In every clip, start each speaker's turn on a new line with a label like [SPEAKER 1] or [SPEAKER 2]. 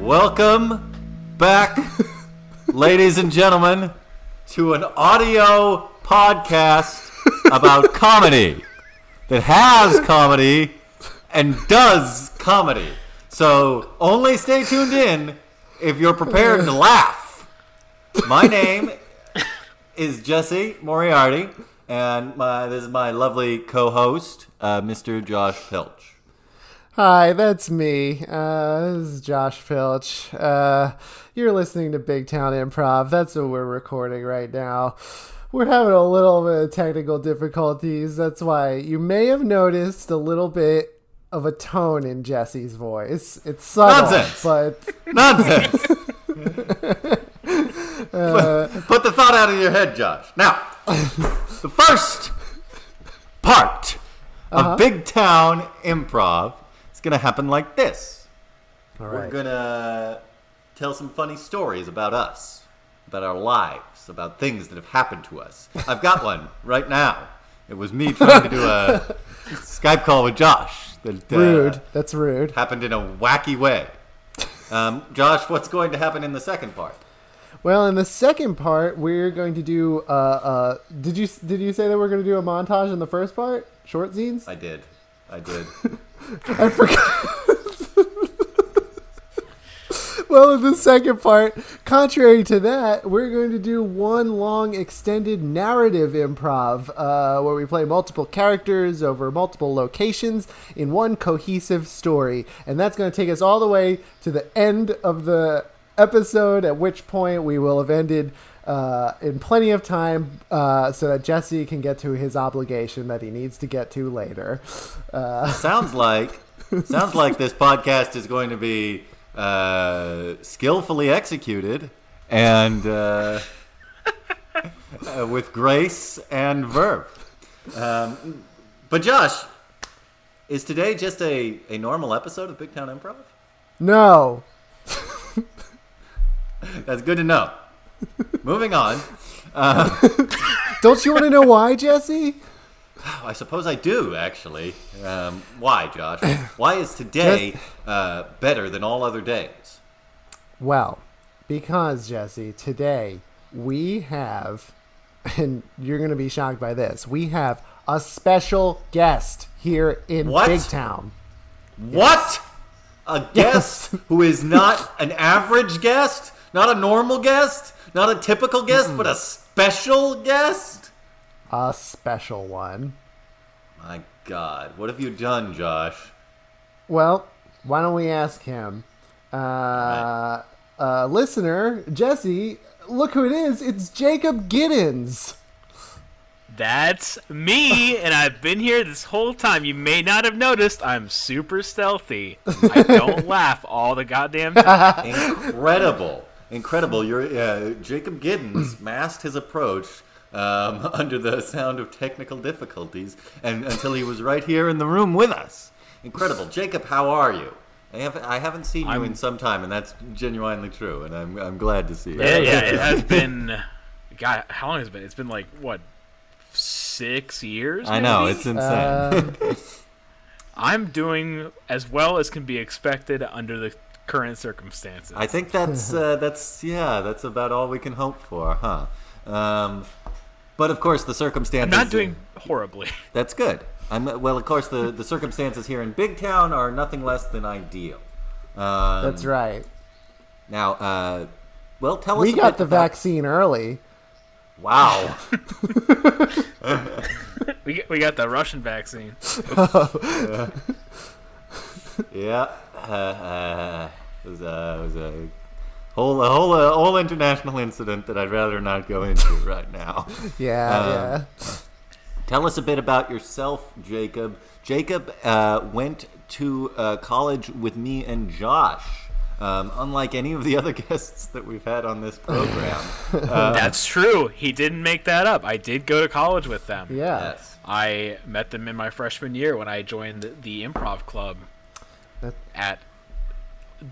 [SPEAKER 1] Welcome back, ladies and gentlemen, to an audio podcast about comedy that has comedy and does comedy. So only stay tuned in if you're prepared to laugh. My name is Jesse Moriarty, and my, this is my lovely co host, uh, Mr. Josh Pilch.
[SPEAKER 2] Hi, that's me. Uh, this is Josh Pilch. Uh, you're listening to Big Town Improv. That's what we're recording right now. We're having a little bit of technical difficulties. That's why you may have noticed a little bit of a tone in Jesse's voice. It's subtle,
[SPEAKER 1] Nonsense.
[SPEAKER 2] but
[SPEAKER 1] Nonsense. put, put the thought out of your head, Josh. Now, the first part
[SPEAKER 2] Uh-huh.
[SPEAKER 1] of big town improv is going to happen like this.
[SPEAKER 2] all
[SPEAKER 1] We're
[SPEAKER 2] right.
[SPEAKER 1] going to tell some funny stories about us, about our lives, about things that have happened to us. I've got one right now. It was me trying to do a Skype call with Josh. That, uh,
[SPEAKER 2] Rude. That's rude.
[SPEAKER 1] Happened in a wacky way. Um, Josh, what's going to happen in the second part?
[SPEAKER 2] Well, in the second part, we're going to do. Uh, uh, did you did you say that we're going to do a montage in the first part? Short zines.
[SPEAKER 1] I did. I did.
[SPEAKER 2] I forgot. well, in the second part, contrary to that, we're going to do one long extended narrative improv uh, where we play multiple characters over multiple locations in one cohesive story. And that's going to take us all the way to the end of the episode, at which point we will have ended. Uh, in plenty of time, uh, so that Jesse can get to his obligation that he needs to get to later. Uh,
[SPEAKER 1] sounds like sounds like this podcast is going to be uh, skillfully executed and uh, uh, with grace and verve. Um, but Josh, is today just a, a normal episode of Big Town Improv?
[SPEAKER 2] No.
[SPEAKER 1] That's good to know. Moving on.
[SPEAKER 2] Don't you want to know why, Jesse?
[SPEAKER 1] I suppose I do, actually. Um, why, Josh? Why is today uh, better than all other days?
[SPEAKER 2] Well, because, Jesse, today we have, and you're going to be shocked by this, we have a special guest here in
[SPEAKER 1] What?
[SPEAKER 2] Big Town.
[SPEAKER 1] What? A guest who is not an average guest, not a normal guest, not a typical guest, but a special guest?
[SPEAKER 2] A special one.
[SPEAKER 1] My God, what have you done, Josh?
[SPEAKER 2] Well, why don't we ask him? Uh, uh, listener, Jesse, look who it is. It's Jacob Giddens.
[SPEAKER 3] That's me, and I've been here this whole time. You may not have noticed I'm super stealthy. I don't laugh all the goddamn time.
[SPEAKER 1] Incredible, incredible. Your uh, Jacob Giddens masked his approach um, under the sound of technical difficulties, and until he was right here in the room with us. Incredible, Jacob. How are you? I, have, I haven't seen you in some time, and that's genuinely true. And I'm, I'm glad to see you.
[SPEAKER 3] Yeah, yeah, it has been. God, how long has it been? It's been like what, six years?
[SPEAKER 1] I know
[SPEAKER 3] maybe?
[SPEAKER 1] it's insane.
[SPEAKER 2] Uh,
[SPEAKER 3] I'm doing as well as can be expected under the current circumstances.
[SPEAKER 1] I think that's uh, that's yeah, that's about all we can hope for, huh? Um, but of course, the
[SPEAKER 3] I'm
[SPEAKER 1] circumstances.
[SPEAKER 3] not doing horribly.
[SPEAKER 1] That's good. I'm well. Of course, the the circumstances here in Big Town are nothing less than ideal. Um,
[SPEAKER 2] that's right.
[SPEAKER 1] Now, uh, well, tell us.
[SPEAKER 2] We
[SPEAKER 1] a
[SPEAKER 2] got
[SPEAKER 1] bit
[SPEAKER 2] the
[SPEAKER 1] about-
[SPEAKER 2] vaccine early.
[SPEAKER 1] Wow.
[SPEAKER 3] We got, we got the Russian vaccine.
[SPEAKER 1] yeah. Uh, uh, it was, uh, it was a whole a whole a whole international incident that I'd rather not go into right now.
[SPEAKER 2] Yeah,
[SPEAKER 1] Um,
[SPEAKER 2] yeah.
[SPEAKER 1] Tell us a bit about yourself, Jacob. Jacob uh, went to uh, college with me and Josh, um, unlike any of the other guests that we've had on this program.
[SPEAKER 3] That's true. He didn't make that up. I did go to college with them.
[SPEAKER 2] Yeah.
[SPEAKER 1] yes.
[SPEAKER 3] I met them in my freshman year when I joined the, the improv club
[SPEAKER 2] That-
[SPEAKER 3] at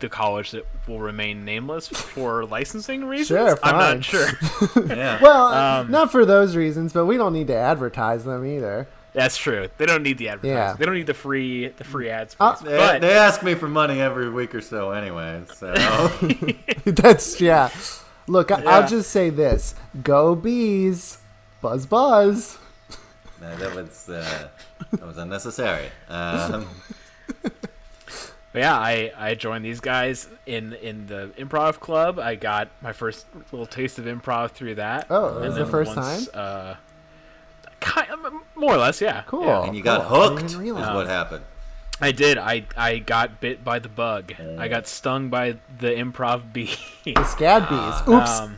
[SPEAKER 3] the college that will remain nameless for licensing reasons.
[SPEAKER 2] Sure,
[SPEAKER 3] I'm
[SPEAKER 2] fine.
[SPEAKER 3] not sure.
[SPEAKER 1] Yeah. Um,
[SPEAKER 2] Well, not for those reasons, but we don't need to advertise them either.
[SPEAKER 3] That's true. They don't need the advertising.
[SPEAKER 2] Yeah.
[SPEAKER 3] They don't need the free the free ads.
[SPEAKER 2] Uh,
[SPEAKER 1] They,
[SPEAKER 3] but
[SPEAKER 1] they ask me for money every week or so anyway, so
[SPEAKER 2] That's yeah. Look, I,
[SPEAKER 1] Yeah.
[SPEAKER 2] I'll just say this: Go bees, buzz buzz.
[SPEAKER 1] no, that was uh, that was unnecessary. Um,
[SPEAKER 3] But yeah, I, I joined these guys in in the improv club. I got my first little taste of improv through that.
[SPEAKER 2] Oh, that was
[SPEAKER 3] And
[SPEAKER 2] the
[SPEAKER 3] then
[SPEAKER 2] first
[SPEAKER 3] once, Uh, kind more or less, yeah.
[SPEAKER 2] Cool.
[SPEAKER 3] Yeah.
[SPEAKER 1] and you got
[SPEAKER 2] Cool. Oh, I didn't
[SPEAKER 1] hooked is
[SPEAKER 2] realize.
[SPEAKER 1] what happened.
[SPEAKER 3] I did. I I got bit by the bug. I got stung by the improv bee.
[SPEAKER 2] Scad bees. Oops.
[SPEAKER 3] um,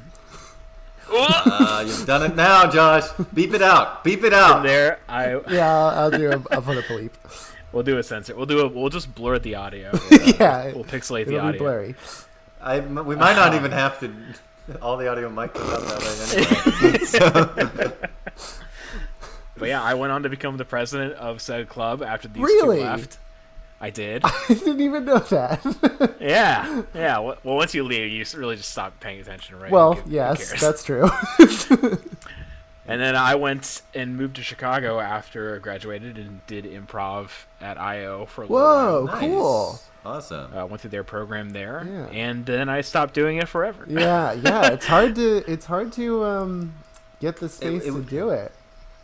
[SPEAKER 1] Uh, you've done it now, Josh. Beep it out. Beep it out.
[SPEAKER 3] there, I
[SPEAKER 2] yeah, I'll, I'll do. A, I'll put a bleep.
[SPEAKER 3] we'll do a censor. We'll do a. We'll just blur the audio.
[SPEAKER 2] yeah,
[SPEAKER 3] We'll pixelate
[SPEAKER 2] it'll
[SPEAKER 3] the
[SPEAKER 2] be
[SPEAKER 3] audio.
[SPEAKER 2] blurry.
[SPEAKER 1] I, we might not even have to. All the audio might come out that way anyway.
[SPEAKER 3] But yeah, I went on to become the president of said club after these
[SPEAKER 2] Really?
[SPEAKER 3] two left. I did.
[SPEAKER 2] I didn't even know that.
[SPEAKER 3] Yeah, yeah. w- Well, once you leave, you s- really just stop paying attention, right?
[SPEAKER 2] well,
[SPEAKER 3] Who- who
[SPEAKER 2] yes,
[SPEAKER 3] cares?
[SPEAKER 2] that's true.
[SPEAKER 3] And then I went and moved to Chicago after I graduated and did improv at IO for a little
[SPEAKER 2] Whoa,
[SPEAKER 1] Nice.
[SPEAKER 2] Oh, cool.
[SPEAKER 1] Awesome.
[SPEAKER 3] while. Uh, went through their program there,
[SPEAKER 2] Yeah.
[SPEAKER 3] and then I stopped doing it forever.
[SPEAKER 2] Yeah, yeah. It's hard to. It's hard to um, get the space
[SPEAKER 1] it
[SPEAKER 2] to
[SPEAKER 1] would-
[SPEAKER 2] do it.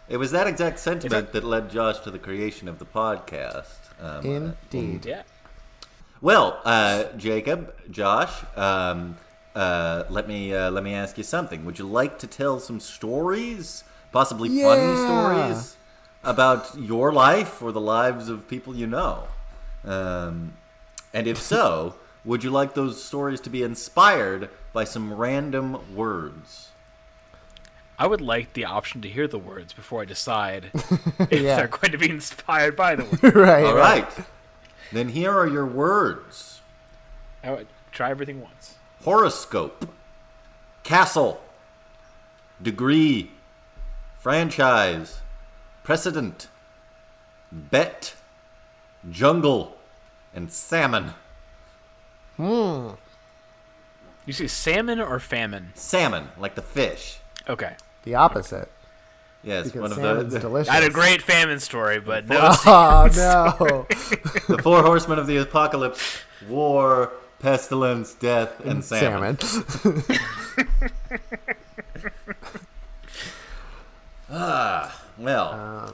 [SPEAKER 1] It was that exact sentiment that led Josh to the creation of the podcast. Um,
[SPEAKER 2] Indeed.
[SPEAKER 3] Yeah.
[SPEAKER 1] Well, uh, Jacob, Josh, um, uh, let me uh, let me ask you something. Would you like to tell some stories, possibly
[SPEAKER 2] Yeah.
[SPEAKER 1] fun stories, about your life or the lives of people you know? Um, and if so, would you like those stories to be inspired by some random words?
[SPEAKER 3] I would like the option to hear the words before I decide if
[SPEAKER 2] Yeah.
[SPEAKER 3] they're going to be inspired by the words.
[SPEAKER 2] right.
[SPEAKER 1] All right. Then here are your words.
[SPEAKER 3] I would try everything once.
[SPEAKER 1] horoscope, castle, degree, franchise, precedent, bet, jungle, and salmon.
[SPEAKER 3] You see, salmon or famine?
[SPEAKER 1] Salmon, like the fish.
[SPEAKER 3] Okay.
[SPEAKER 2] The opposite.
[SPEAKER 1] Yes,
[SPEAKER 2] Because
[SPEAKER 1] one of
[SPEAKER 2] salmon's
[SPEAKER 1] the, the,
[SPEAKER 2] delicious.
[SPEAKER 3] I had a great famine story, but no.
[SPEAKER 2] Oh no!
[SPEAKER 1] the four horsemen of the apocalypse war, pestilence, death, and salmon.
[SPEAKER 2] Salmon.
[SPEAKER 1] Well,
[SPEAKER 2] Uh,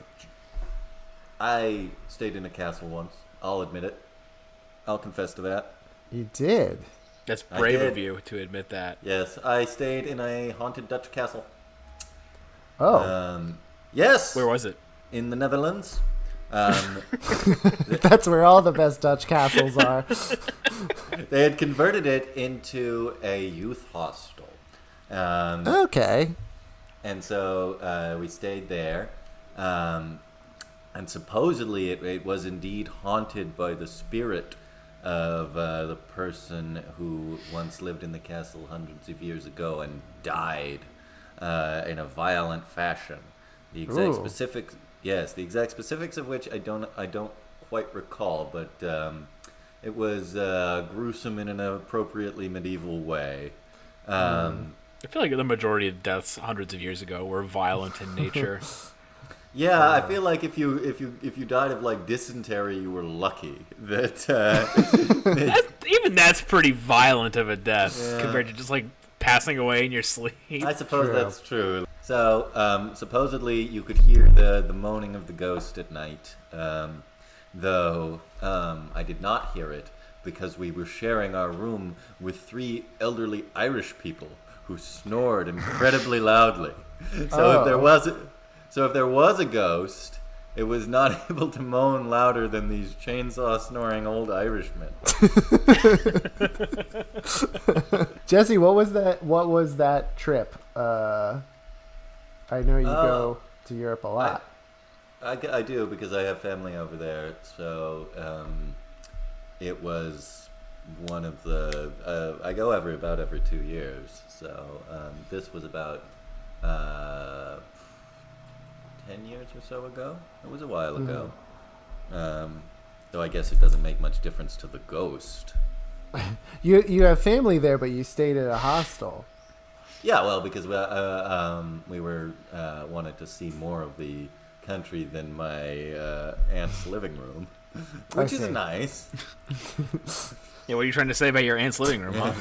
[SPEAKER 1] I stayed in a castle once. I'll admit it. I'll confess to that.
[SPEAKER 2] you did.
[SPEAKER 3] That's brave
[SPEAKER 1] did.
[SPEAKER 3] of you to admit that.
[SPEAKER 1] Yes, I stayed in a haunted Dutch castle.
[SPEAKER 2] Oh,
[SPEAKER 1] Um, yes,
[SPEAKER 3] Where was it?
[SPEAKER 1] in the Netherlands. Um,
[SPEAKER 2] that's where all the best Dutch castles are.
[SPEAKER 1] they had converted it into a youth hostel, um,
[SPEAKER 2] Okay.
[SPEAKER 1] and so uh, we stayed there. Um, and supposedly, it, it was indeed haunted by the spirit of uh, the person who once lived in the castle hundreds of years ago and died uh, in a violent fashion. The exact
[SPEAKER 2] Ooh.
[SPEAKER 1] specifics, yes, the exact specifics of which I don't, I don't quite recall, but um, it was uh, gruesome in an appropriately medieval way. Um,
[SPEAKER 3] I feel like the majority of deaths hundreds of years ago were violent in nature.
[SPEAKER 1] Yeah,
[SPEAKER 2] Uh,
[SPEAKER 1] I feel like if you if you if you died of like dysentery, you were lucky that uh,
[SPEAKER 3] That's, even that's pretty violent of a death compared to just like passing away in your sleep.
[SPEAKER 1] I suppose
[SPEAKER 2] True.
[SPEAKER 1] that's true. So, um, supposedly, you could hear the, the moaning of the ghost at night, um, though um, I did not hear it because we were sharing our room with three elderly Irish people who snored incredibly loudly. So, if there
[SPEAKER 2] Oh.
[SPEAKER 1] was a, so if there was a ghost, it was not able to moan louder than these chainsaw snoring old Irishmen.
[SPEAKER 2] Jesse, what was that? What was that trip? Uh, I know you go to Europe a lot.
[SPEAKER 1] Oh. I, g- I do because I have family over there. So um, it was one of the. Uh, I go every about every two years. So um, this was about uh, ten years or so ago. It was a while ago. Um, though I guess it doesn't make much difference to the ghost.
[SPEAKER 2] you you have family there, but you stayed at a hostel.
[SPEAKER 1] Yeah, well, because we, uh, um, we were uh, wanted to see more of the country than my uh, aunt's living room, which is
[SPEAKER 2] see.
[SPEAKER 1] nice.
[SPEAKER 3] Yeah, what are you trying to say about your aunt's living room? Huh?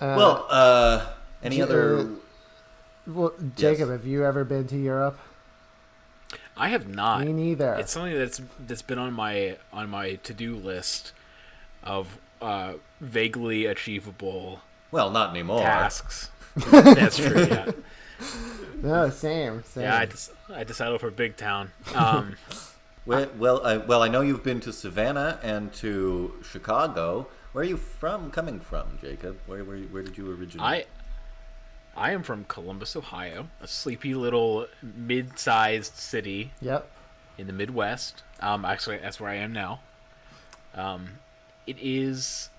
[SPEAKER 1] well, uh, any
[SPEAKER 2] J-
[SPEAKER 1] other?
[SPEAKER 2] uh, Well, Jacob, have you ever been to Europe?
[SPEAKER 3] I have not.
[SPEAKER 2] Me neither.
[SPEAKER 3] It's something that's that's been on my on my to do list of uh, vaguely achievable
[SPEAKER 1] well, not
[SPEAKER 2] Oh.
[SPEAKER 1] anymore.
[SPEAKER 3] tasks. that's true. Yeah,
[SPEAKER 2] no, same, same.
[SPEAKER 3] yeah I, just, I just settled for big town. Um,
[SPEAKER 1] Well, well, I, well, I know you've been to Savannah and to Chicago. Where are you from? Coming from, Jacob? Where where, where did you originate?
[SPEAKER 3] I I am from Columbus, Ohio, a sleepy little mid-sized city
[SPEAKER 2] Yep.
[SPEAKER 3] in the Midwest. Um, actually, that's where I am now. Um, it is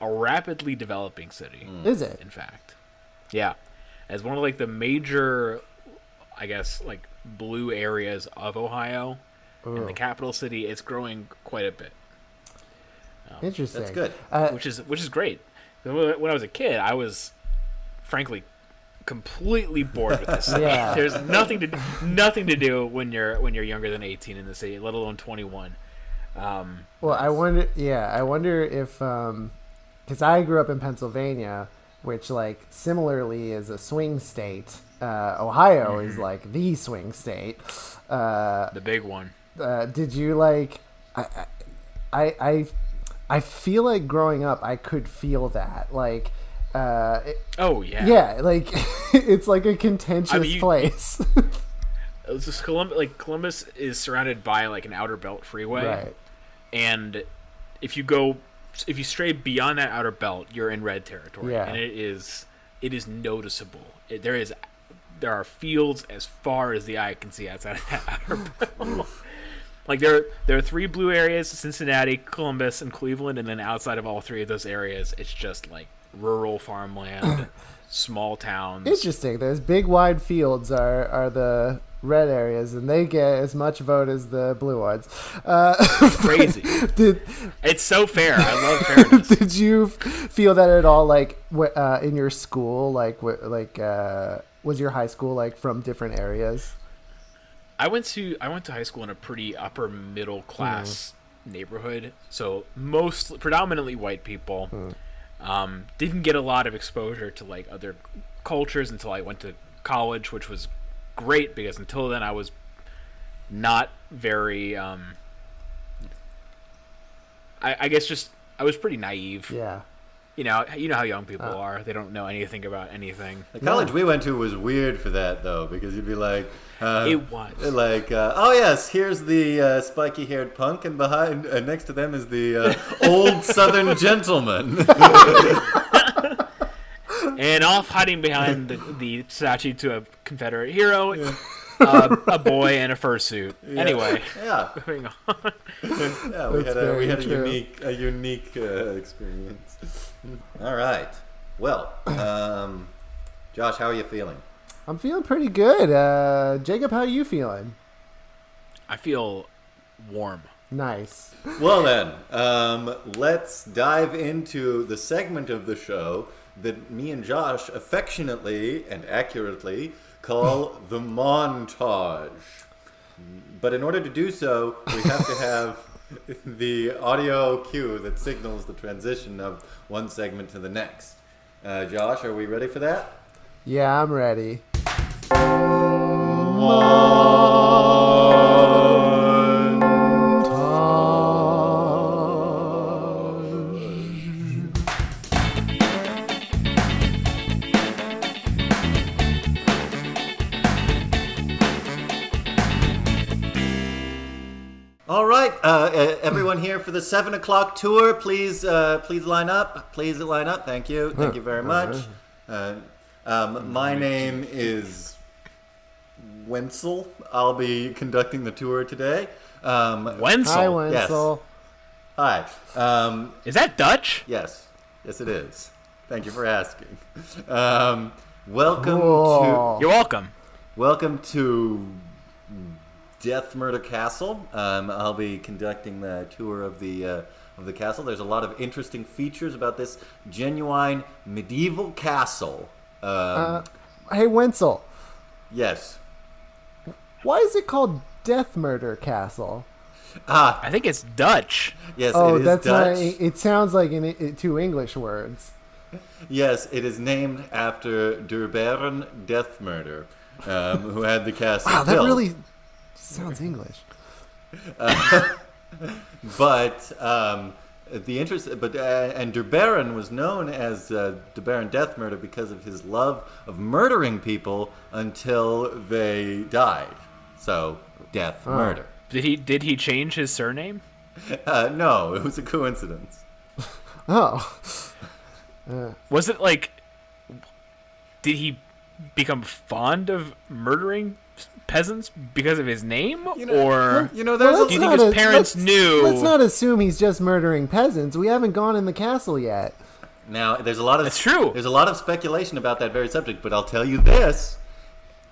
[SPEAKER 3] a rapidly developing city.
[SPEAKER 2] Is it?
[SPEAKER 3] in fact. Yeah. As one of like the major I guess like blue areas of Ohio in
[SPEAKER 2] Ooh.
[SPEAKER 3] the capital city, it's growing quite a bit,
[SPEAKER 2] Interesting.
[SPEAKER 1] That's good.
[SPEAKER 2] Uh,
[SPEAKER 3] which is which is great. When I was a kid, I was frankly completely bored with this. city.
[SPEAKER 2] Yeah.
[SPEAKER 3] There's nothing to nothing to do when you're when you're younger than 18 in the city, let alone 21. Um,
[SPEAKER 2] well, I wonder. Yeah, I wonder if, um, because I grew up in Pennsylvania, which like similarly is a swing state. Uh, Ohio
[SPEAKER 3] Mm-hmm.
[SPEAKER 2] is like the swing state. Uh,
[SPEAKER 3] the big one.
[SPEAKER 2] uh, did you like? I, I, I, I feel like growing up, I could feel that like. Uh, it-
[SPEAKER 3] Oh yeah.
[SPEAKER 2] yeah, like it's like a contentious
[SPEAKER 3] you-
[SPEAKER 2] place,
[SPEAKER 3] It was just Columbus, like Columbus is surrounded by like an outer belt freeway.
[SPEAKER 2] right?
[SPEAKER 3] and if you go if you stray beyond that outer belt you're in red territory
[SPEAKER 2] Yeah.
[SPEAKER 3] and it is it is noticeable it, there is there are fields as far as the eye can see outside of that outer belt like there there are three blue areas cincinnati columbus and cleveland and then outside of all three of those areas it's just like rural farmland small towns
[SPEAKER 2] Interesting. Those big wide fields are are the red areas, and they get as much vote as the blue ones. Uh,
[SPEAKER 3] crazy
[SPEAKER 2] did
[SPEAKER 3] it's so fair i love fairness
[SPEAKER 2] did you f- feel that at all? Like wh- uh, in your school, like wh- like uh, was your high school like from different areas?
[SPEAKER 3] I went to I went to high school in a pretty upper middle class neighborhood, so most predominantly white people. Um, didn't get a lot of exposure to like other cultures until I went to college, which was great because until then I was not very. Um, I, I guess just I was pretty naive.
[SPEAKER 2] Yeah.
[SPEAKER 3] You know, you know how young people are; they don't know anything about anything.
[SPEAKER 1] the college we went to was weird for that though, because you'd be like, uh,
[SPEAKER 3] It was.
[SPEAKER 1] like, uh, oh yes, here's the uh, spiky-haired punk, and behind, uh, next to them is the uh, old Southern gentleman.
[SPEAKER 3] and off hiding behind the, the statue to a Confederate hero, uh, a boy in a fursuit. Anyway,
[SPEAKER 1] yeah,
[SPEAKER 3] moving on.
[SPEAKER 1] yeah, we
[SPEAKER 2] That's
[SPEAKER 1] had a we
[SPEAKER 2] very
[SPEAKER 1] had a
[SPEAKER 2] true.
[SPEAKER 1] unique a unique uh, experience. All right, well, um, Josh, how are you feeling?
[SPEAKER 2] I'm feeling pretty good. Uh, Jacob, how you feeling?
[SPEAKER 3] I feel warm.
[SPEAKER 2] Nice.
[SPEAKER 1] Well, then, um, let's dive into the segment of the show that me and Josh affectionately and accurately call the montage. But in order to do so, we have to have the audio cue that signals the transition of one segment to the next. Uh, Josh, are we ready for that?
[SPEAKER 2] Yeah, I'm ready.
[SPEAKER 1] All right, uh, e- everyone here for the seven o'clock tour. Please, uh, please line up. Please line up. Thank you. Thank you very much. Uh, um, my name is Wenzel. I'll be conducting the tour today. Um,
[SPEAKER 3] Wenzel.
[SPEAKER 2] Hi, Wenzel.
[SPEAKER 1] hi. Um,
[SPEAKER 3] Is that Dutch?
[SPEAKER 1] yes, yes, it is. Thank you for asking. Um, welcome to
[SPEAKER 2] Cool.
[SPEAKER 3] You're welcome.
[SPEAKER 1] Welcome to Death Murder Castle. Um, I'll be conducting the tour of the uh, of the castle. There's a lot of interesting features about this genuine medieval
[SPEAKER 2] Uh,
[SPEAKER 1] castle. Um,
[SPEAKER 2] Hey, Wenzel.
[SPEAKER 1] yes.
[SPEAKER 2] Why is it called Death Murder Castle?
[SPEAKER 3] I think it's Dutch.
[SPEAKER 1] Yes,
[SPEAKER 2] Oh,
[SPEAKER 1] it is
[SPEAKER 2] that's
[SPEAKER 1] Dutch.
[SPEAKER 2] not. It sounds like in, in two English words.
[SPEAKER 1] Yes, it is named after Der Baron Death Murder, um, who had the castle
[SPEAKER 2] Wow, that
[SPEAKER 1] built.
[SPEAKER 2] really sounds English.
[SPEAKER 1] But um, the interest, but uh, and Der Baron was known as uh, Der Baron Death Murder because of his love of murdering people until they died. So death murder.
[SPEAKER 3] Did he did he change his surname?
[SPEAKER 1] Uh, no, it was a coincidence.
[SPEAKER 2] Oh,
[SPEAKER 3] Was it like did he become fond of murdering peasants because of his name or
[SPEAKER 1] you know, there's
[SPEAKER 2] Well,
[SPEAKER 1] a,
[SPEAKER 3] Do
[SPEAKER 2] that's
[SPEAKER 3] you think
[SPEAKER 2] not
[SPEAKER 3] his
[SPEAKER 2] a- let's-
[SPEAKER 3] parents knew?
[SPEAKER 2] Let's not assume he's just murdering peasants. We haven't gone in the castle yet.
[SPEAKER 1] Now, there's a lot of
[SPEAKER 3] That's true.
[SPEAKER 1] There's a lot of speculation about that very subject, but I'll tell you this: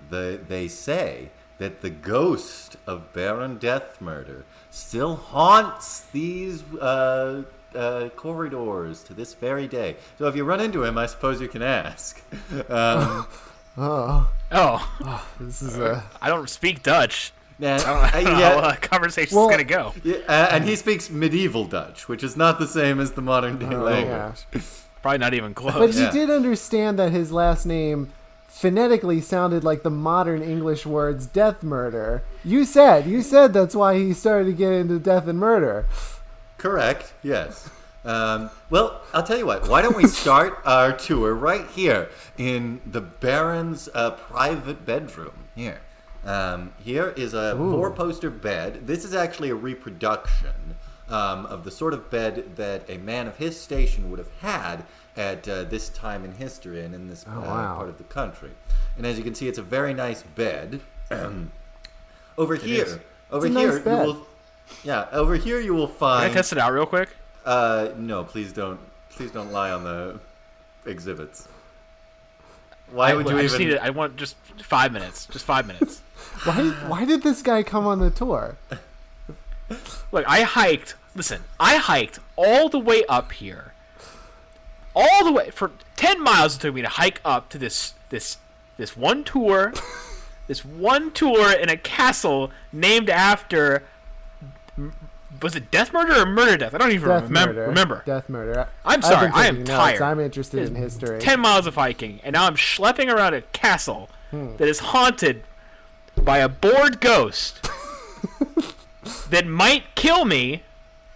[SPEAKER 1] the they say that the ghost of Baron Deathmurder still haunts these uh, uh, corridors to this very day. So if you run into him, I suppose you can ask. Um,
[SPEAKER 2] Oh,
[SPEAKER 3] Oh,
[SPEAKER 2] this is a
[SPEAKER 3] I don't speak Dutch.
[SPEAKER 1] now-
[SPEAKER 3] I don't know
[SPEAKER 1] uh,
[SPEAKER 3] how
[SPEAKER 1] yeah,
[SPEAKER 3] uh, conversation's
[SPEAKER 2] Well-
[SPEAKER 3] gonna go.
[SPEAKER 1] yeah, uh, and he speaks medieval Dutch, which is not the same as the modern
[SPEAKER 3] Oh, Uh,
[SPEAKER 1] day language.
[SPEAKER 2] yeah.
[SPEAKER 3] Probably not even close.
[SPEAKER 2] But
[SPEAKER 1] Yeah.
[SPEAKER 2] he did understand that his last name phonetically sounded like the modern English words death murder. You said, you said that's why he started to get into death and murder.
[SPEAKER 1] Correct. Yes. Um, well, I'll tell you what. Why don't we start our tour right here in the Baron's uh, private bedroom? Here, um, here is a four-poster bed. This is actually a reproduction um, of the sort of bed that a man of his station would have had at uh, this time in history and in this uh,
[SPEAKER 2] Oh, wow.
[SPEAKER 1] part of the country. And as you can see, it's a very nice bed. over
[SPEAKER 3] is.
[SPEAKER 1] here, over
[SPEAKER 2] Hmm. It's a
[SPEAKER 1] here,
[SPEAKER 2] nice bed.
[SPEAKER 1] you will. Yeah, over here you will
[SPEAKER 3] Can I
[SPEAKER 1] find.
[SPEAKER 3] test it out real quick?
[SPEAKER 1] Uh, no, please don't. Please don't lie on the exhibits. Why would you
[SPEAKER 3] I just
[SPEAKER 1] even?
[SPEAKER 3] need it. I want just five minutes. Just five minutes.
[SPEAKER 2] Why, why did this guy come on the tour?
[SPEAKER 3] Look, I hiked. Listen, I hiked all the way up here, all the way for ten miles. It took me to hike up to this this this one tour, this one tour in a castle named after. Was it death murder or murder death? I don't even
[SPEAKER 2] Death
[SPEAKER 3] remember.
[SPEAKER 2] murder.
[SPEAKER 3] Remember,
[SPEAKER 2] Death murder.
[SPEAKER 3] I'm
[SPEAKER 2] I've
[SPEAKER 3] sorry,
[SPEAKER 2] been
[SPEAKER 3] I am
[SPEAKER 2] taking notes.
[SPEAKER 3] tired.
[SPEAKER 2] I'm interested in history.
[SPEAKER 3] 10 miles of hiking, and now I'm schlepping around a castle that is haunted by a bored ghost that might kill me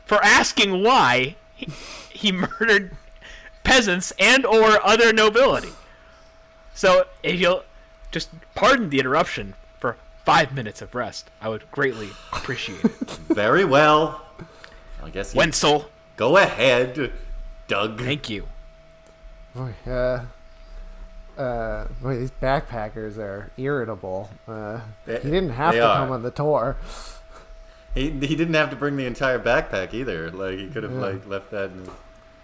[SPEAKER 3] for asking why he, he murdered peasants and or other nobility. So, if you'll just pardon the interruption for 5 minutes of rest, I would greatly appreciate it.
[SPEAKER 1] Very well. I guess you
[SPEAKER 3] Wenzel,
[SPEAKER 1] go ahead, Doug.
[SPEAKER 3] thank you.
[SPEAKER 2] Boy, uh, uh, boy, these backpackers are irritable. Uh,
[SPEAKER 1] They-
[SPEAKER 2] he didn't have
[SPEAKER 1] they
[SPEAKER 2] to
[SPEAKER 1] are.
[SPEAKER 2] come on the tour.
[SPEAKER 1] He, he didn't have to bring the entire backpack either. Like he could have like left that in his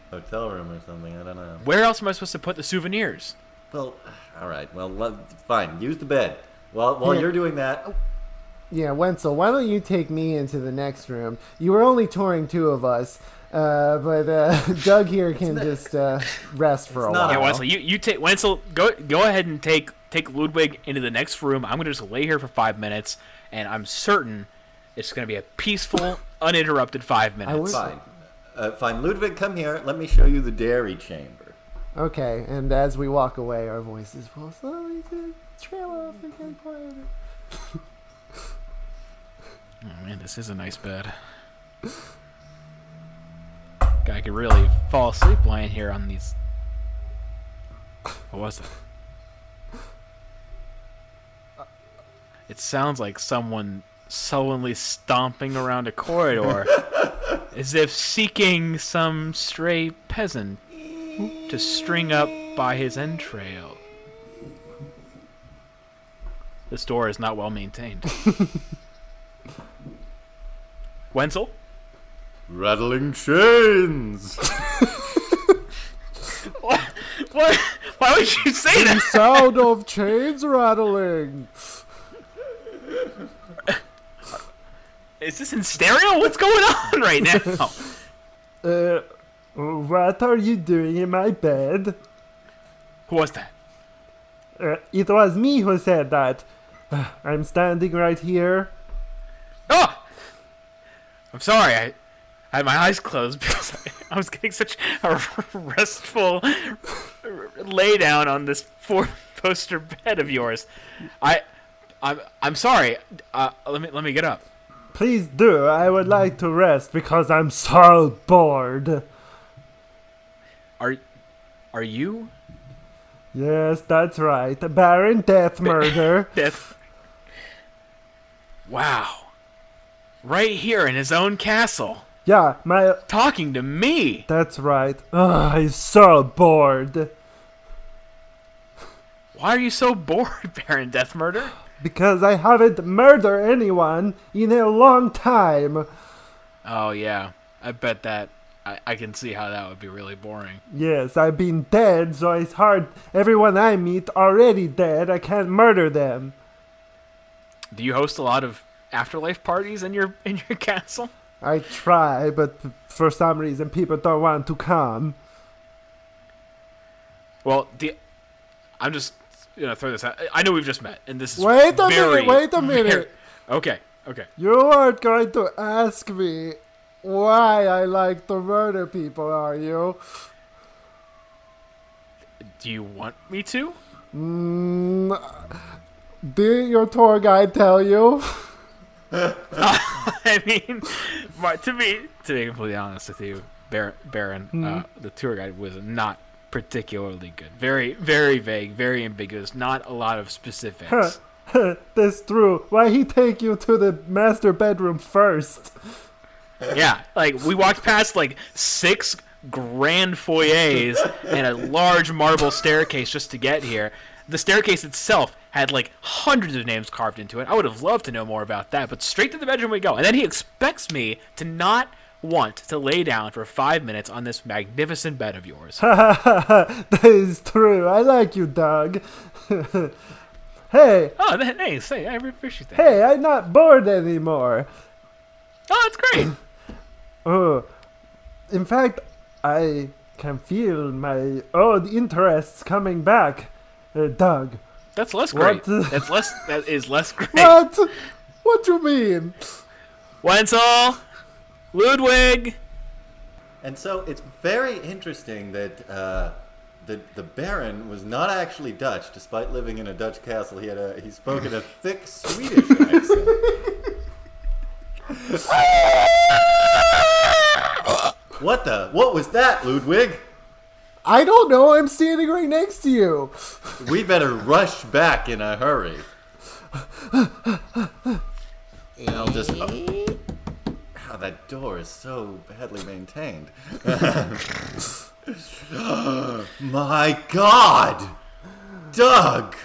[SPEAKER 1] hotel room or something. I don't know.
[SPEAKER 3] Where else am I supposed to put the souvenirs?
[SPEAKER 1] Well, all right. Well, lo- fine. Use the bed. While while
[SPEAKER 2] Yeah.
[SPEAKER 1] you're doing that,
[SPEAKER 2] Yeah, Wenzel, why don't you take me into the next room? You were only touring two of us, uh, but uh, Doug here can just uh, rest for a
[SPEAKER 1] not-
[SPEAKER 2] while.
[SPEAKER 1] Yeah,
[SPEAKER 3] Yeah, Wenzel, you, you take Wenzel. Go go ahead and take take Ludwig into the next room. I'm gonna just lay here for five minutes, and I'm certain it's gonna be a peaceful, uninterrupted five minutes.
[SPEAKER 2] would-
[SPEAKER 1] fine. Uh, fine. Ludwig, come here. Let me show you the dairy chamber.
[SPEAKER 2] Okay, and as we walk away, our voices will slowly t- trail off and get quieter.
[SPEAKER 3] Oh man, this is a nice bed. Guy could really fall asleep lying here on these. What was that? It sounds like someone sullenly stomping around a corridor, as if seeking some stray peasant to string up by his entrail. This door is not well maintained. Wenzel?
[SPEAKER 1] Rattling chains.
[SPEAKER 3] What? what? Why would you say that?
[SPEAKER 2] Sound of chains rattling.
[SPEAKER 3] Is this in stereo? What's going on right now?
[SPEAKER 2] Uh, what are you doing in my bed?
[SPEAKER 3] Who was that?
[SPEAKER 2] Uh, it was me who said that. I'm standing right here.
[SPEAKER 3] Oh, I'm sorry. I, I had my eyes closed because I, I was getting such a restful lay down on this four poster bed of yours. I, I'm, I'm sorry. Uh, let me let me get up.
[SPEAKER 2] Please do. I would like to rest because I'm so bored.
[SPEAKER 3] Are, are you
[SPEAKER 2] Yes, that's right. Baron Death Murder.
[SPEAKER 3] death? Wow. Right here in his own castle,
[SPEAKER 2] yeah, my.
[SPEAKER 3] talking to me.
[SPEAKER 2] That's right. Ugh, I'm so bored.
[SPEAKER 3] Why are you so bored, Baron Death Murder?
[SPEAKER 2] Because I haven't murdered anyone in a long time.
[SPEAKER 3] Oh yeah, I bet that. I, I can see how that would be really boring.
[SPEAKER 2] Yes, I've been dead, so it's hard. Everyone I meet already dead. I can't murder them.
[SPEAKER 3] Do you host a lot of afterlife parties in your in your castle?
[SPEAKER 2] I try, but for some reason people don't want to come.
[SPEAKER 3] Well, the, I'm just gonna throw this out. I know we've just met, and this is
[SPEAKER 2] Wait a
[SPEAKER 3] very,
[SPEAKER 2] minute, wait a minute.
[SPEAKER 3] very- okay, okay.
[SPEAKER 2] You aren't going to ask me why I like to murder people, are you?
[SPEAKER 3] Do you want me to?
[SPEAKER 2] Mm, did your tour guide tell you?
[SPEAKER 3] I mean, my- to be to be completely honest with you, Baron, Baron uh, the tour guide was not particularly good. Very, very vague, very ambiguous. Not a lot of specifics.
[SPEAKER 2] That's true. Why he take you to the master bedroom first?
[SPEAKER 3] Yeah, like we walked past like six grand foyers and a large marble staircase just to get here. The staircase itself had like hundreds of names carved into it. I would have loved to know more about that, but straight to the bedroom we go. And then he expects me to not want to lay down for five minutes on this magnificent bed of yours.
[SPEAKER 2] that is true. I like you, Doug. hey,
[SPEAKER 3] oh, th- thanks. Hey, I appreciate that.
[SPEAKER 2] hey, I'm not bored anymore.
[SPEAKER 3] Oh, that's great.
[SPEAKER 2] Oh, in fact, I can feel my old interests coming back, uh, Doug.
[SPEAKER 3] That's less great.
[SPEAKER 2] What?
[SPEAKER 3] That's less. That is less great.
[SPEAKER 2] What? What you mean?
[SPEAKER 3] Wenzel, Ludwig.
[SPEAKER 1] And so it's very interesting that uh, the the Baron was not actually Dutch, despite living in a Dutch castle. He had a he spoke in a thick Swedish accent. what the? What was that, Ludwig?
[SPEAKER 2] I don't know. I'm standing right next to you.
[SPEAKER 1] We better rush back in a hurry. And I'll just. Oh, God, that door is so badly maintained. My God! Doug!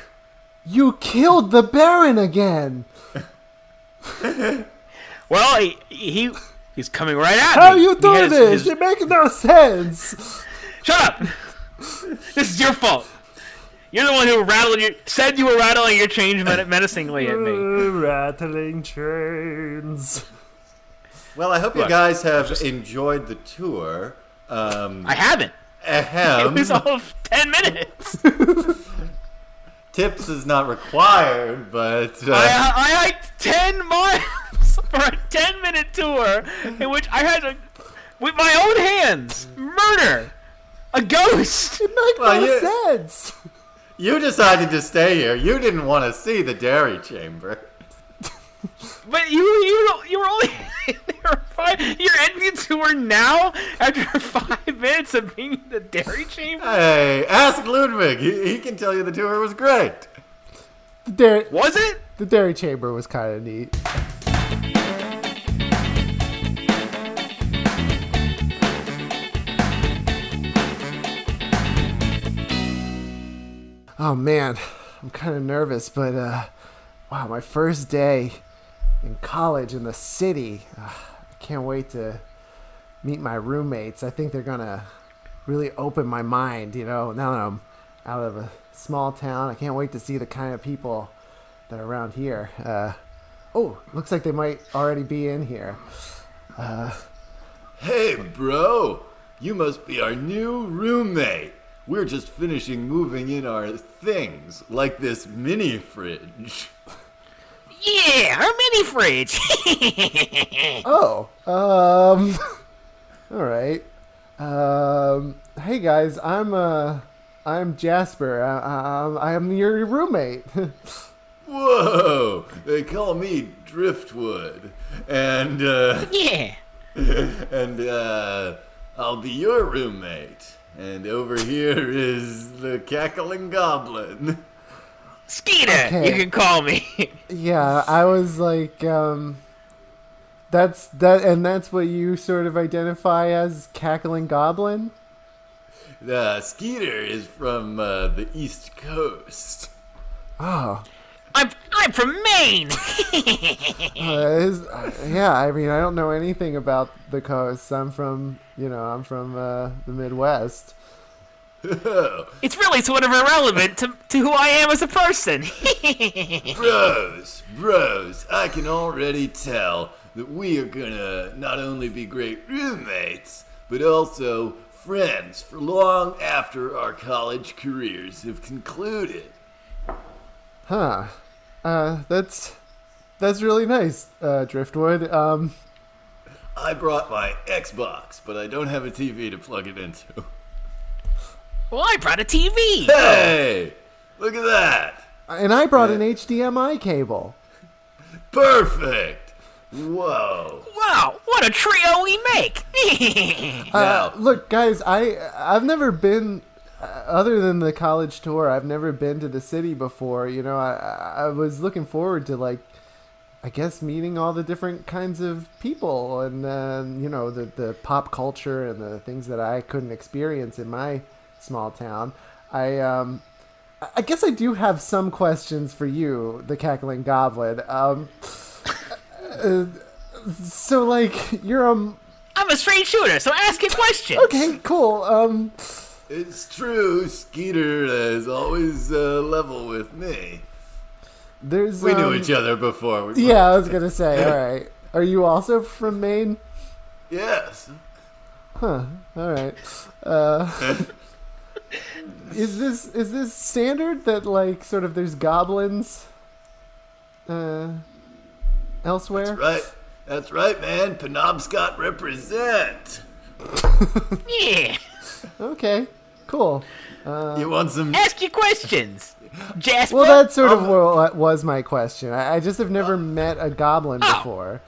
[SPEAKER 2] You killed the Baron again.
[SPEAKER 3] Well, he, he he's coming right at me.
[SPEAKER 2] How you
[SPEAKER 3] He
[SPEAKER 2] do
[SPEAKER 3] had his-
[SPEAKER 2] this?
[SPEAKER 3] his-
[SPEAKER 2] It makes no sense.
[SPEAKER 3] shut up! this is your fault. You're the one who rattled your said you were rattling your change men- menacingly at me.
[SPEAKER 2] Rattling chains.
[SPEAKER 1] Well, I hope you
[SPEAKER 3] Look,
[SPEAKER 1] guys have enjoyed the tour. Um,
[SPEAKER 3] I haven't. It
[SPEAKER 2] Um,
[SPEAKER 1] ahem.
[SPEAKER 3] was all of ten minutes.
[SPEAKER 1] Tips is not required, but. Uh,
[SPEAKER 3] I, I hiked ten miles for a ten-minute tour in which I had to, with my own hands, murder a ghost.
[SPEAKER 2] It makes
[SPEAKER 1] Well,
[SPEAKER 2] no
[SPEAKER 1] you-
[SPEAKER 2] sense.
[SPEAKER 1] you decided to stay here. You didn't want to see the dairy chamber.
[SPEAKER 3] But you you you were only there five. You're ending the tour now after five minutes of being in the dairy chamber.
[SPEAKER 1] Hey, ask Ludwig. He, he can tell you the tour was great.
[SPEAKER 2] The dairy,
[SPEAKER 3] Was it?
[SPEAKER 2] the dairy chamber was kind of neat. Oh man, I'm kind of nervous, but uh, wow, my first day in college in the city. Uh, I can't wait to meet my roommates. I think they're gonna really open my mind, you know, now that I'm out of a small town. I can't wait to see the kind of people that are around here. Uh, oh, looks like they might already be in here.
[SPEAKER 1] Hey, bro, you must be our new roommate. We're just finishing moving in our things, like this mini fridge.
[SPEAKER 4] Yeah, our mini fridge.
[SPEAKER 2] Oh, um, all right. Um, hey guys, I'm uh, I'm Jasper. I, I, I'm- I'm your roommate.
[SPEAKER 1] Whoa! They call me Driftwood, and uh,
[SPEAKER 4] yeah.
[SPEAKER 1] and uh, I'll be your roommate. And over here is the cackling goblin.
[SPEAKER 4] Skeeter,
[SPEAKER 2] Okay.
[SPEAKER 4] you can call me.
[SPEAKER 2] yeah, I was like, um, that's that, and that's what you sort of identify as cackling goblin.
[SPEAKER 1] Uh, Skeeter is from uh, the East Coast.
[SPEAKER 2] Oh,
[SPEAKER 4] I'm I'm from Maine.
[SPEAKER 2] uh, is, uh, yeah. I mean, I don't know anything about the coast. I'm from, you know, I'm from uh, the Midwest.
[SPEAKER 4] it's really sort of irrelevant to, to who I am as a person.
[SPEAKER 1] Bros, bros, I can already tell that we are gonna not only be great roommates, but also friends for long after our college careers have concluded.
[SPEAKER 2] Huh. Uh, that's that's really nice, uh, Driftwood. Um,
[SPEAKER 1] I brought my Xbox, but I don't have a TV to plug it into.
[SPEAKER 4] well, I brought a TV.
[SPEAKER 1] Hey! Look at that!
[SPEAKER 2] and I brought an HDMI cable.
[SPEAKER 1] Perfect! Whoa.
[SPEAKER 4] Wow, what a trio we make.
[SPEAKER 2] Uh,
[SPEAKER 1] Now-
[SPEAKER 2] look, guys, I I've never been uh, other than the college tour. I've never been to the city before. You know, I I was looking forward to like. I guess meeting all the different kinds of people and uh, you know the the pop culture and the things that I couldn't experience in my small town. I um, I- I guess I do have some questions for you, the cackling goblin. Um, uh, so like you're um
[SPEAKER 4] I'm a straight shooter, so ask your questions.
[SPEAKER 2] okay cool um.
[SPEAKER 1] It's true, Skeeter is always uh, level with me.
[SPEAKER 2] There's
[SPEAKER 1] We knew
[SPEAKER 2] um,
[SPEAKER 1] each other before. We
[SPEAKER 2] Yeah, I was gonna say. All right, are you also from Maine?
[SPEAKER 1] Yes.
[SPEAKER 2] Huh. All right. Uh, is this is this standard that like sort of there's goblins uh, elsewhere?
[SPEAKER 1] That's right. That's right, man. Penobscot represent.
[SPEAKER 4] Yeah,
[SPEAKER 2] Okay. Cool.
[SPEAKER 1] you want some?
[SPEAKER 4] ask your questions, Jasper.
[SPEAKER 2] Well, that sort of
[SPEAKER 1] Oh.
[SPEAKER 2] wa- was my question. I, I just have never met a goblin
[SPEAKER 4] Oh.
[SPEAKER 2] before.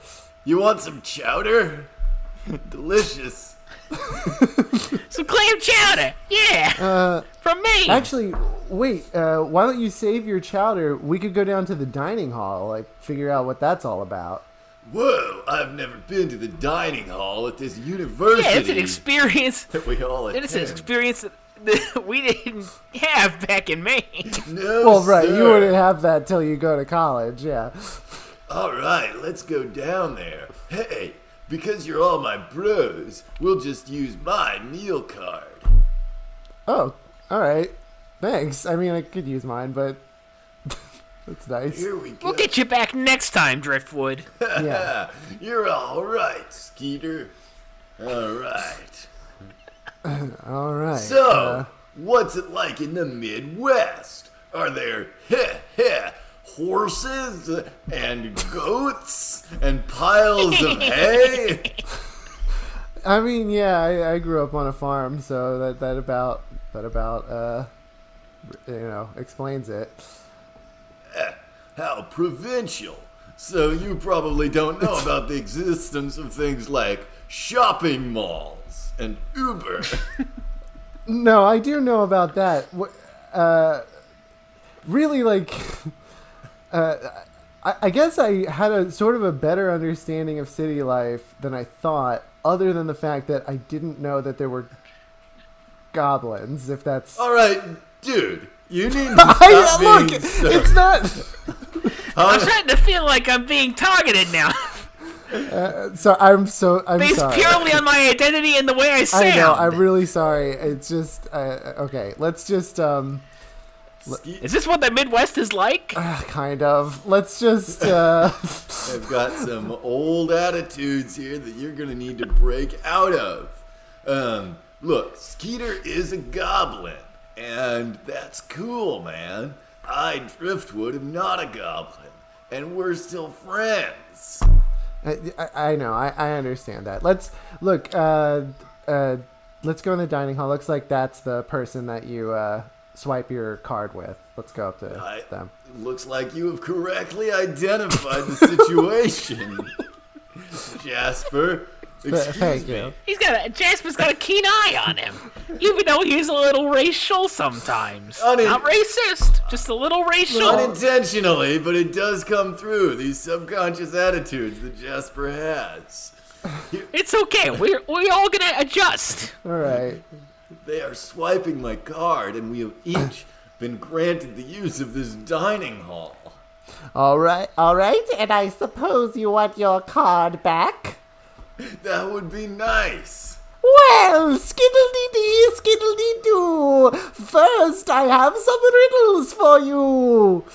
[SPEAKER 1] You want some chowder? Delicious.
[SPEAKER 4] some clam chowder. Yeah,
[SPEAKER 2] Uh,
[SPEAKER 4] from Maine.
[SPEAKER 2] Actually, wait. Uh, why don't you save your chowder? We could go down to the dining hall, like figure out what that's all about.
[SPEAKER 1] Whoa! I've never been to the dining hall at this university.
[SPEAKER 4] yeah, it's an experience.
[SPEAKER 1] that we all
[SPEAKER 4] It's an
[SPEAKER 1] attend.
[SPEAKER 4] experience that- that we didn't have back in Maine.
[SPEAKER 1] No,
[SPEAKER 2] Well, right. You
[SPEAKER 1] sir.
[SPEAKER 2] wouldn't have that till you go to college. Yeah.
[SPEAKER 1] All right, let's go down there. Hey, because you're all my bros, we'll just use my meal card.
[SPEAKER 2] Oh, all right. Thanks. I mean, I could use mine, but that's nice.
[SPEAKER 1] Here we go.
[SPEAKER 4] We'll get you back next time, Driftwood.
[SPEAKER 2] Yeah.
[SPEAKER 1] Ah, you're all right, Skeeter. All right.
[SPEAKER 2] All right.
[SPEAKER 1] So,
[SPEAKER 2] Uh,
[SPEAKER 1] what's it like in the Midwest? Are there heh heh horses and goats and piles of hay?
[SPEAKER 2] I mean, yeah, I, I grew up on a farm, so that that about that about uh, you know explains it.
[SPEAKER 1] How provincial. So you probably don't know about the existence of things like shopping malls and Uber.
[SPEAKER 2] No, I do know about that. What, uh, really, like, uh, I, I guess I had a sort of a better understanding of city life than I thought, other than the fact that I didn't know that there were goblins. If that's
[SPEAKER 1] All right, dude, you need to
[SPEAKER 2] I,
[SPEAKER 1] stop being
[SPEAKER 2] look,
[SPEAKER 1] so-
[SPEAKER 2] it's not.
[SPEAKER 4] I'm starting to feel like I'm being targeted now,
[SPEAKER 2] So I'm so I'm
[SPEAKER 4] based
[SPEAKER 2] sorry.
[SPEAKER 4] purely on my identity and the way I sound.
[SPEAKER 2] I know. I'm really sorry. It's just uh, okay. Let's just um,
[SPEAKER 1] Skeet-
[SPEAKER 4] Is this what the Midwest is like?
[SPEAKER 2] Uh, kind of. Let's just uh,
[SPEAKER 1] I've got some old attitudes here that you're going to need to break out of. Um, look, Skeeter is a goblin, and that's cool, man. I, Driftwood, am not a goblin, and we're still friends.
[SPEAKER 2] I, I, I know. I, I understand that. Let's look. Uh, uh, let's go in the dining hall. Looks like that's the person that you uh, swipe your card with. Let's go up to
[SPEAKER 1] I-
[SPEAKER 2] them.
[SPEAKER 1] Looks like you have correctly identified the situation, Jasper. Excuse
[SPEAKER 2] Thank
[SPEAKER 1] me.
[SPEAKER 2] you.
[SPEAKER 3] He's got a Jasper's got a keen eye on him, even though he's a little racial sometimes.
[SPEAKER 1] Unin-
[SPEAKER 3] Not racist, just a little racial.
[SPEAKER 1] Unintentionally, but it does come through these subconscious attitudes that Jasper has.
[SPEAKER 3] it's okay. We're we all gonna adjust.
[SPEAKER 2] All right.
[SPEAKER 1] They are swiping my card, and we have each been granted the use of this dining hall.
[SPEAKER 2] All right. All right. And I suppose you want your card back.
[SPEAKER 1] That would be nice.
[SPEAKER 2] Well, skiddledy dee, skiddledy doo. First, I have some riddles for you.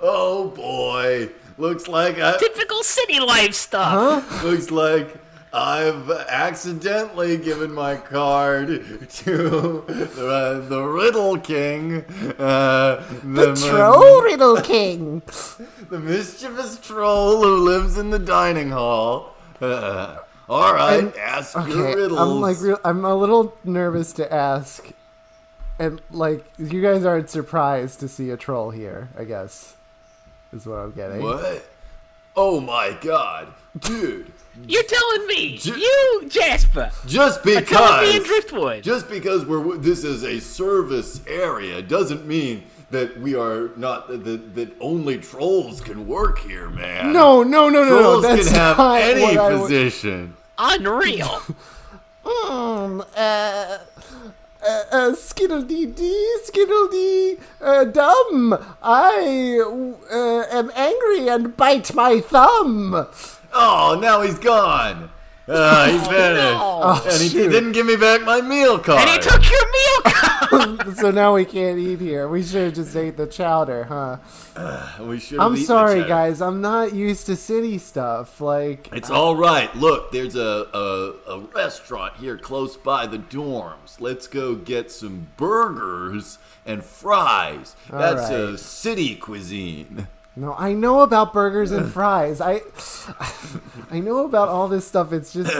[SPEAKER 1] Oh boy, looks like I
[SPEAKER 3] Typical city life stuff.
[SPEAKER 1] looks like I've accidentally given my card to uh, the Riddle King, uh, the,
[SPEAKER 2] Troll Riddle King.
[SPEAKER 1] the mischievous troll who lives in the dining hall. Uh, all right,
[SPEAKER 2] And-
[SPEAKER 1] ask your
[SPEAKER 2] Okay,
[SPEAKER 1] riddles.
[SPEAKER 2] I'm like real, I'm a little nervous to ask, and like you guys aren't surprised to see a troll here. I guess is what I'm getting.
[SPEAKER 1] What? Oh my god, dude!
[SPEAKER 3] You're telling me,
[SPEAKER 1] J-
[SPEAKER 3] you Jasper,
[SPEAKER 1] Just
[SPEAKER 3] telling me in
[SPEAKER 1] because
[SPEAKER 3] Driftwood.
[SPEAKER 1] just because we're this is a service area doesn't mean that we are not that that only trolls can work here, man.
[SPEAKER 2] No, no, no, no, no.
[SPEAKER 1] trolls
[SPEAKER 2] That's
[SPEAKER 1] can have
[SPEAKER 2] not
[SPEAKER 1] any
[SPEAKER 2] what I wa-
[SPEAKER 1] position.
[SPEAKER 3] Unreal.
[SPEAKER 2] Mm, uh, uh, uh, skittle dee dee, skittle dee, uh, dumb. I uh, am angry and bite my thumb.
[SPEAKER 1] Oh, now he's gone. Uh, uh, he's vanished,
[SPEAKER 3] no.
[SPEAKER 1] and he, he
[SPEAKER 2] Oh, shoot.
[SPEAKER 1] didn't give me back my meal card.
[SPEAKER 3] Oh. and he took your meal card.
[SPEAKER 2] so now we can't eat here. We should have just ate the chowder, huh?
[SPEAKER 1] we should've
[SPEAKER 2] I'm
[SPEAKER 1] eaten
[SPEAKER 2] sorry,
[SPEAKER 1] each other.
[SPEAKER 2] guys. I'm not used to city stuff. Like,
[SPEAKER 1] It's all right. Look, there's a, a a restaurant here close by the dorms. Let's go get some burgers and fries. That's a
[SPEAKER 2] right.
[SPEAKER 1] city cuisine.
[SPEAKER 2] no, I know about burgers and fries. I, I know about all this stuff. It's just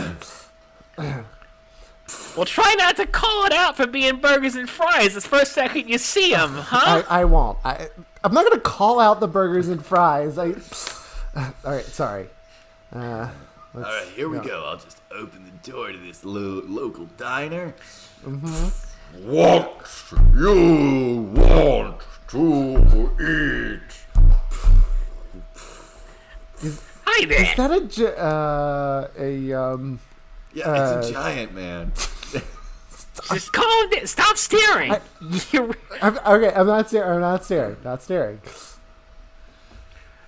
[SPEAKER 3] well, try not to call it out for being burgers and fries the first second you see him, huh?
[SPEAKER 2] I, I won't. I, I'm not gonna call out the burgers and fries. I, all right, sorry. Uh, let's,
[SPEAKER 1] All right, here we go. I'll just open the door to this lo- local diner.
[SPEAKER 2] Mm-hmm.
[SPEAKER 1] What you want to eat?
[SPEAKER 3] Hi there.
[SPEAKER 2] Is that a gi- uh, a um?
[SPEAKER 1] Yeah, it's
[SPEAKER 2] Uh,
[SPEAKER 1] a giant man.
[SPEAKER 3] Just calm down. Stop staring. You're-
[SPEAKER 2] I'm, okay, I'm not staring. I'm not staring. Not staring.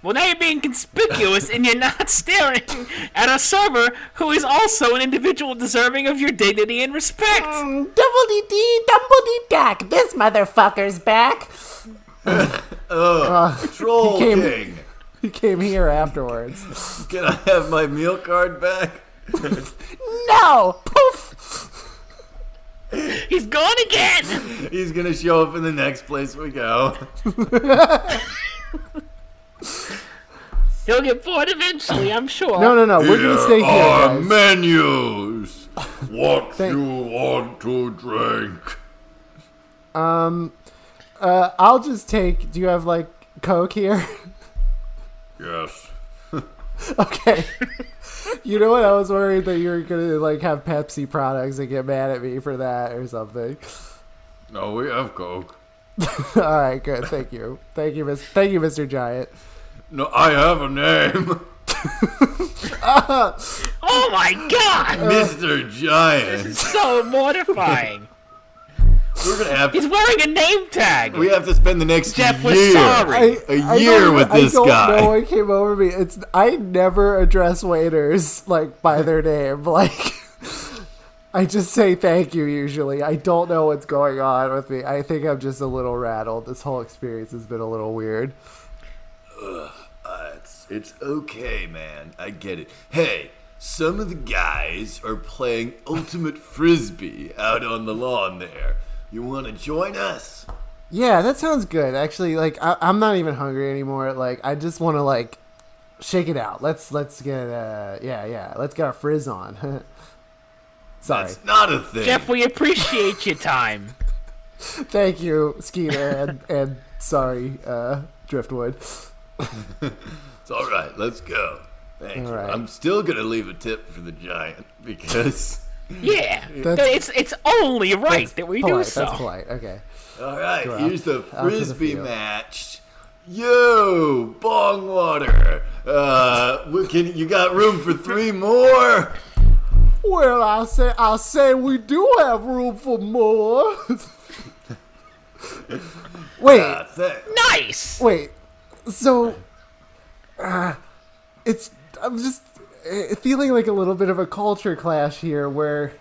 [SPEAKER 3] well, now you're being conspicuous and you're not staring at a server who is also an individual deserving of your dignity and respect.
[SPEAKER 2] Uh. Double D D, double D dack. This motherfucker's back.
[SPEAKER 1] Troll
[SPEAKER 2] He came-
[SPEAKER 1] King.
[SPEAKER 2] He came here afterwards.
[SPEAKER 1] Can I have my meal card back?
[SPEAKER 2] No, poof.
[SPEAKER 3] He's gone again.
[SPEAKER 1] He's gonna show up in the next place we go.
[SPEAKER 3] He'll get bored eventually, I'm sure.
[SPEAKER 2] No, no, no. We're gonna stay here,
[SPEAKER 1] are
[SPEAKER 2] guys.
[SPEAKER 1] menus. What
[SPEAKER 2] Thank-
[SPEAKER 1] you want to drink?
[SPEAKER 2] Um, Uh, I'll just take. Do you have like Coke here?
[SPEAKER 1] Yes.
[SPEAKER 2] okay. you know what? I was worried that you were gonna like have Pepsi products and get mad at me for that or something.
[SPEAKER 1] No, we have Coke.
[SPEAKER 2] All right, good. Thank you. Thank you, Miss. Thank you, Mister Giant.
[SPEAKER 1] No, I have a name,
[SPEAKER 3] Oh my god.
[SPEAKER 1] Mr. Giant.
[SPEAKER 3] So mortifying.
[SPEAKER 1] We're gonna have
[SPEAKER 3] He's
[SPEAKER 1] to,
[SPEAKER 3] wearing a name tag.
[SPEAKER 1] we have to spend the next
[SPEAKER 3] Jeff was
[SPEAKER 1] year,
[SPEAKER 3] sorry.
[SPEAKER 1] a
[SPEAKER 2] I
[SPEAKER 1] year
[SPEAKER 2] don't-
[SPEAKER 1] with this
[SPEAKER 2] I don't
[SPEAKER 1] guy.
[SPEAKER 2] know what came over me. It's I never address waiters like by their name. Like I just say thank you usually. I don't know what's going on with me. I think I'm just a little rattled. This whole experience has been a little weird.
[SPEAKER 1] Uh, it's, it's okay, man. I get it. Hey, some of the guys are playing ultimate frisbee out on the lawn there. You want to join us?
[SPEAKER 2] Yeah, that sounds good. Actually, like I, I'm not even hungry anymore. Like I just want to like shake it out. Let's let's get uh yeah yeah. Let's get our frizz on. Sorry.
[SPEAKER 1] That's not a thing.
[SPEAKER 3] Jeff, we appreciate your time.
[SPEAKER 2] Thank you, Skeeter, and, and sorry, uh, Driftwood.
[SPEAKER 1] It's all right. Let's go. Thank
[SPEAKER 2] All
[SPEAKER 1] you.
[SPEAKER 2] right.
[SPEAKER 1] I'm still gonna leave a tip for the giant because.
[SPEAKER 3] Yeah,
[SPEAKER 2] That's-
[SPEAKER 3] it's it's only right that we do
[SPEAKER 2] polite.
[SPEAKER 3] so.
[SPEAKER 2] That's polite. Okay.
[SPEAKER 1] all right,
[SPEAKER 2] Go out-
[SPEAKER 1] here's the
[SPEAKER 2] out to the
[SPEAKER 1] frisbee
[SPEAKER 2] field.
[SPEAKER 1] match. Yo, bong water. Uh, we can, you got room for three more?
[SPEAKER 2] Well, I say I say we do have room for more. wait,
[SPEAKER 1] Uh, thanks.
[SPEAKER 3] Nice.
[SPEAKER 2] wait. So, uh, it's I'm just uh, feeling like a little bit of a culture clash here, where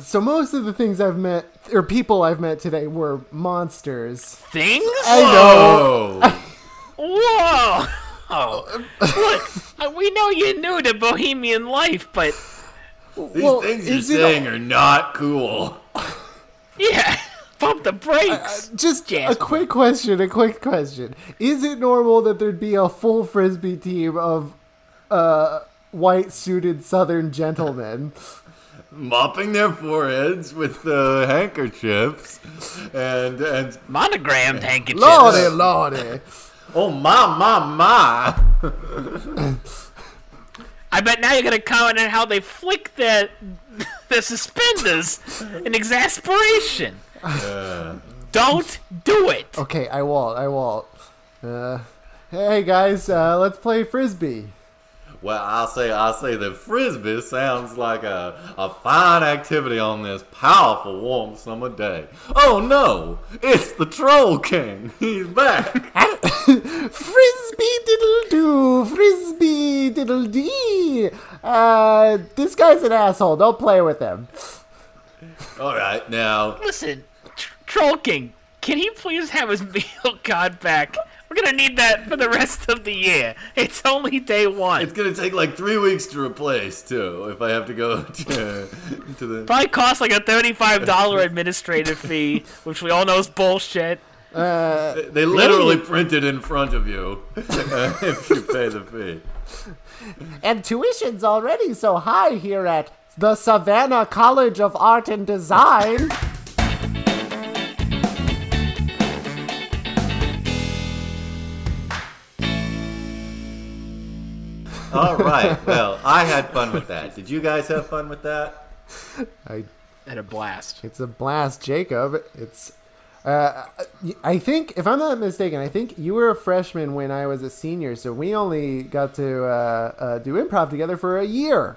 [SPEAKER 2] so most of the things I've met or people I've met today were monsters.
[SPEAKER 3] Things.
[SPEAKER 2] I know.
[SPEAKER 1] Oh,
[SPEAKER 3] Whoa. Oh, look, uh, we know you're new to Bohemian life, but
[SPEAKER 1] these
[SPEAKER 2] well,
[SPEAKER 1] things you're
[SPEAKER 2] is it-
[SPEAKER 1] saying are not cool.
[SPEAKER 3] yeah, pump the brakes.
[SPEAKER 2] Just
[SPEAKER 3] Jasper.
[SPEAKER 2] a quick question, a quick question. Is it normal that there'd be a full frisbee team of uh, white suited southern gentlemen?
[SPEAKER 1] Mopping their foreheads with uh, handkerchiefs, and and
[SPEAKER 3] Monogrammed handkerchiefs.
[SPEAKER 2] lordy, lordy.
[SPEAKER 1] oh my my my.
[SPEAKER 3] I bet now you're gonna comment on how they flick their their suspenders in exasperation. Don't do it.
[SPEAKER 2] Okay, I won't, I won't. Uh, hey guys, uh, let's play frisbee.
[SPEAKER 1] Well, I'll say I'll say the frisbee sounds like a, a fine activity on this powerful warm summer day. Oh no, it's the troll king. He's back.
[SPEAKER 2] Frisbee diddle do, frisbee diddle dee. Uh, this guy's an asshole. Don't play with him.
[SPEAKER 1] All right, now
[SPEAKER 3] Listen, tr- Troll King, can he please have his meal god back? We're gonna need that for the rest of the year. It's only day
[SPEAKER 1] it's
[SPEAKER 3] one.
[SPEAKER 1] gonna take like three weeks to replace too. If I have to go to, to the
[SPEAKER 3] Probably costs like a thirty-five dollar administrative fee, which we all know is bullshit.
[SPEAKER 2] Uh,
[SPEAKER 1] they literally print it in front of you uh, if you pay the fee.
[SPEAKER 2] and tuition's already so high here at the Savannah College of Art and Design.
[SPEAKER 1] All right, well I had fun with that. Did you guys have fun with that?
[SPEAKER 2] I,
[SPEAKER 5] Had a blast.
[SPEAKER 2] it's a blast, Jacob. It's. Uh, I think, if I'm not mistaken, I think you were a freshman when I was a senior, so we only got to uh, uh, do improv together for a year.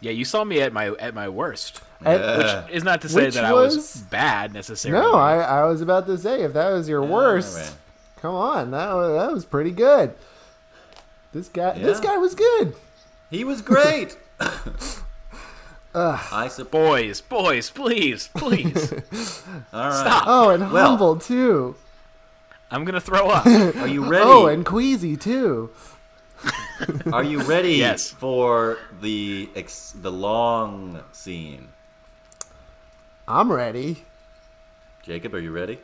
[SPEAKER 5] Yeah, you saw me at my at my worst.
[SPEAKER 2] And-
[SPEAKER 1] Yeah.
[SPEAKER 5] Is not to say
[SPEAKER 2] Which
[SPEAKER 5] that I was
[SPEAKER 2] was-
[SPEAKER 5] bad necessarily.
[SPEAKER 2] no, I, I was about to say if that was your worst,
[SPEAKER 1] man.
[SPEAKER 2] come on, that was, that was pretty good. This guy, this
[SPEAKER 1] Yeah.
[SPEAKER 2] guy was good.
[SPEAKER 1] He was great. I support.
[SPEAKER 5] Boys, boys, please, please.
[SPEAKER 1] All right.
[SPEAKER 5] Stop.
[SPEAKER 2] Oh, and
[SPEAKER 1] Well-
[SPEAKER 2] humble too.
[SPEAKER 5] I'm gonna throw up.
[SPEAKER 1] Are you ready?
[SPEAKER 2] Oh, and queasy too.
[SPEAKER 1] Are you ready
[SPEAKER 5] Yes.
[SPEAKER 1] for the ex- the long scene?
[SPEAKER 2] I'm ready.
[SPEAKER 1] Jacob, are you ready?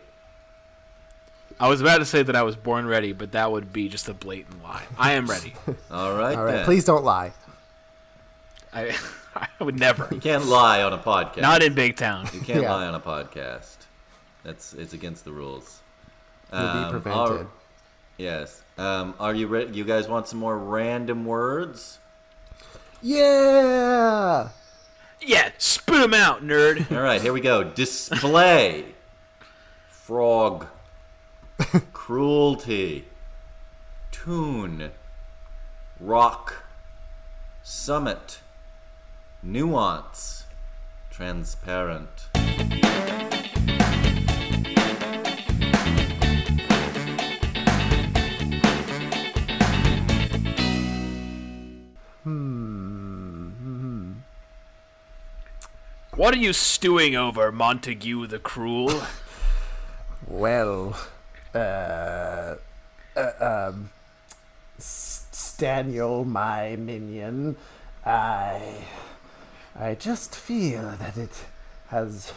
[SPEAKER 5] I was about to say that I was born ready, but that would be just a blatant lie. I am ready.
[SPEAKER 1] All right.
[SPEAKER 2] All right,
[SPEAKER 1] then.
[SPEAKER 2] please don't lie.
[SPEAKER 5] I, I would never.
[SPEAKER 1] You can't lie on a podcast.
[SPEAKER 5] Not in big town.
[SPEAKER 1] you can't
[SPEAKER 2] Yeah.
[SPEAKER 1] lie on a podcast. That's it's against the rules.
[SPEAKER 2] You'll be
[SPEAKER 1] Um, all-
[SPEAKER 2] prevented.
[SPEAKER 1] yes. Um, are you ready? You guys want some more random words?
[SPEAKER 2] Yeah.
[SPEAKER 5] Yeah, spit him out, nerd.
[SPEAKER 1] All right, here we go. Display, frog, cruelty, tune, rock, summit, nuance, transparent.
[SPEAKER 5] What are you stewing over, Montague the Cruel?
[SPEAKER 2] Well, uh, uh um, S- Staniel, my minion, I, I just feel that it has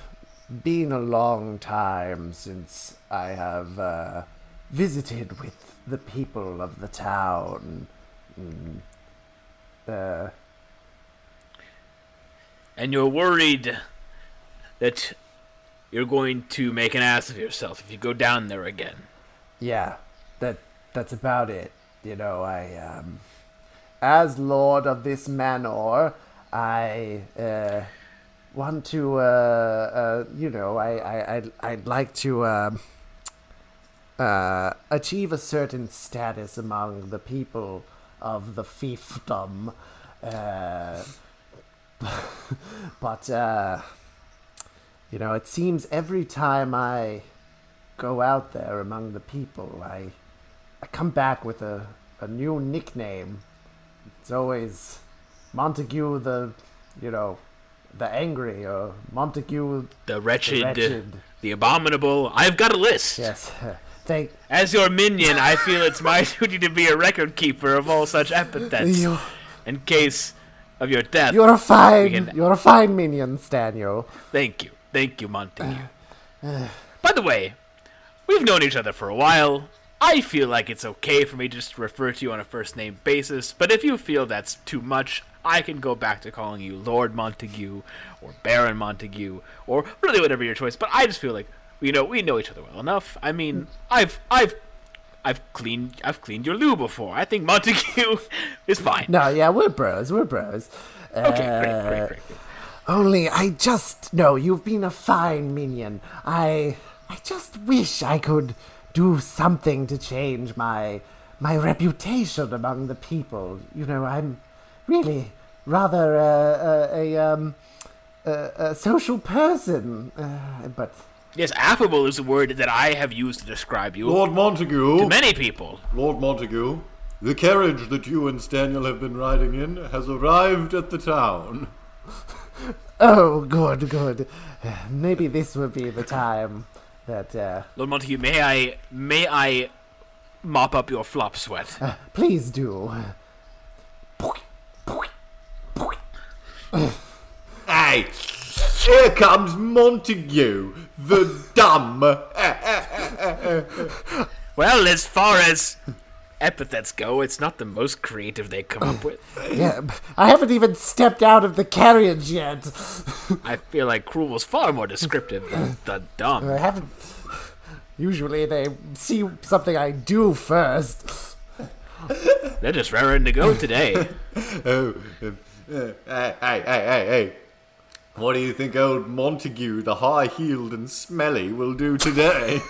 [SPEAKER 2] been a long time since I have uh, visited with the people of the town. Mm. Uh,
[SPEAKER 3] and you're worried that you're going to make an ass of yourself if you go down there again.
[SPEAKER 2] yeah, that that's about it. You know, I um, as lord of this manor, I uh, want to, uh, uh, you know, I I I'd, I'd like to um uh, achieve a certain status among the people of the fiefdom. Uh, but uh, you know, it seems every time I go out there among the people, I I come back with a, a new nickname. It's always Montague the, you know, the angry or Montague.
[SPEAKER 3] The wretched,
[SPEAKER 2] wretched.
[SPEAKER 3] the abominable. I've got a list.
[SPEAKER 2] Yes, thank
[SPEAKER 3] As your minion, I feel it's my duty to be a record keeper of all such epithets
[SPEAKER 2] you.
[SPEAKER 3] in case of your death.
[SPEAKER 2] You're a fine,
[SPEAKER 3] can-
[SPEAKER 2] you're a fine minion, Daniel.
[SPEAKER 3] Thank you. Thank you, Montague. By the way, we've known each other for a while. I feel like it's okay for me just to refer to you on a first name basis, but if you feel that's too much, I can go back to calling you Lord Montague or Baron Montague or really whatever your choice, but I just feel like you know, we know each other well enough. I mean, I've I've I've cleaned I've cleaned your loo before. I think Montague is fine.
[SPEAKER 2] No, yeah, we're bros, we're bros.
[SPEAKER 3] Okay, great, great, great, great.
[SPEAKER 2] Only I just no, you've been a fine minion. I I just wish I could do something to change my my reputation among the people. You know, I'm really rather uh, a, a um a, a social person, uh, but
[SPEAKER 3] Yes, affable is a word that I have used to describe you
[SPEAKER 6] Lord
[SPEAKER 3] to
[SPEAKER 6] Montague,
[SPEAKER 3] many people.
[SPEAKER 6] Lord Montague, the carriage that you and Staniel have been riding in has arrived at the town.
[SPEAKER 2] oh, good, good. Maybe this would be the time that uh,
[SPEAKER 3] Lord Montague, may I may I mop up your flop sweat?
[SPEAKER 2] please do.
[SPEAKER 6] Hey, here comes Montague, the dumb.
[SPEAKER 3] well, as far as epithets go, it's not the most creative they come up with.
[SPEAKER 2] Yeah, I haven't even stepped out of the carriage yet.
[SPEAKER 3] I feel like cruel was far more descriptive than the
[SPEAKER 2] I
[SPEAKER 3] dumb.
[SPEAKER 2] haven't. Usually they see something I do first.
[SPEAKER 3] They're just raring to go today.
[SPEAKER 6] Oh, um, uh, hey, hey, hey, hey, hey. What do you think old Montague, the high heeled and smelly, will do today?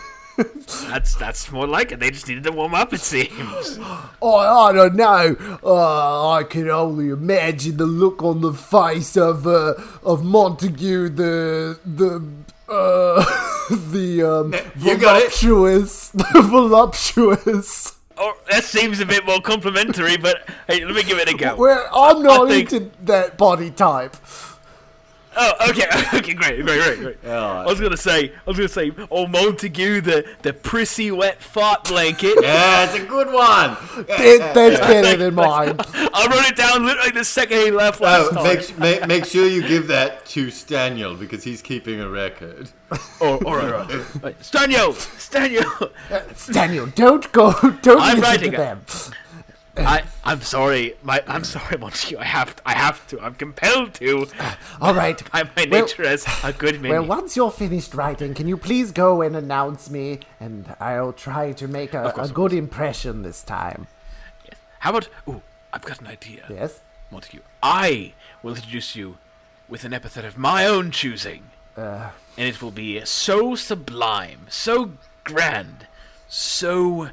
[SPEAKER 3] That's that's more like it. They just needed to warm up, it seems.
[SPEAKER 2] Oh, I don't know. Uh, I can only imagine the look on the face of uh, of Montague the the uh, the um,
[SPEAKER 6] you got it.
[SPEAKER 2] voluptuous the voluptuous.
[SPEAKER 3] Or Oh, that seems a bit more complimentary, but hey, let me give it a go.
[SPEAKER 2] Where I'm not
[SPEAKER 3] think-
[SPEAKER 2] into that body type.
[SPEAKER 3] Oh, okay, okay, great, great, great, great.
[SPEAKER 6] Yeah.
[SPEAKER 3] I was gonna say, I was gonna say, oh Montague, the the prissy wet fart blanket.
[SPEAKER 6] yeah, it's a good one.
[SPEAKER 2] That- that's better than mine.
[SPEAKER 3] I wrote it down literally the second he left last
[SPEAKER 6] Oh,
[SPEAKER 3] time.
[SPEAKER 6] make, make, make sure you give that to Staniel because he's keeping a record.
[SPEAKER 3] Oh, all right, all right. right. Stanio, Stanio.
[SPEAKER 2] Daniel, don't go. Don't
[SPEAKER 3] I'm
[SPEAKER 2] listen
[SPEAKER 3] writing
[SPEAKER 2] to
[SPEAKER 3] it.
[SPEAKER 2] them.
[SPEAKER 3] I I'm sorry, my I'm sorry, Montague. I have I have to. I'm compelled to
[SPEAKER 2] All right.
[SPEAKER 3] by my
[SPEAKER 2] Well-
[SPEAKER 3] nature as a good man.
[SPEAKER 2] Well, once you're finished writing, can you please go and announce me, and I'll try to make a, a good impression this time.
[SPEAKER 3] How about? Ooh, I've got an idea,
[SPEAKER 2] Yes.
[SPEAKER 3] Montague. I will introduce you with an epithet of my own choosing,
[SPEAKER 2] Uh.
[SPEAKER 3] and it will be so sublime, so grand, so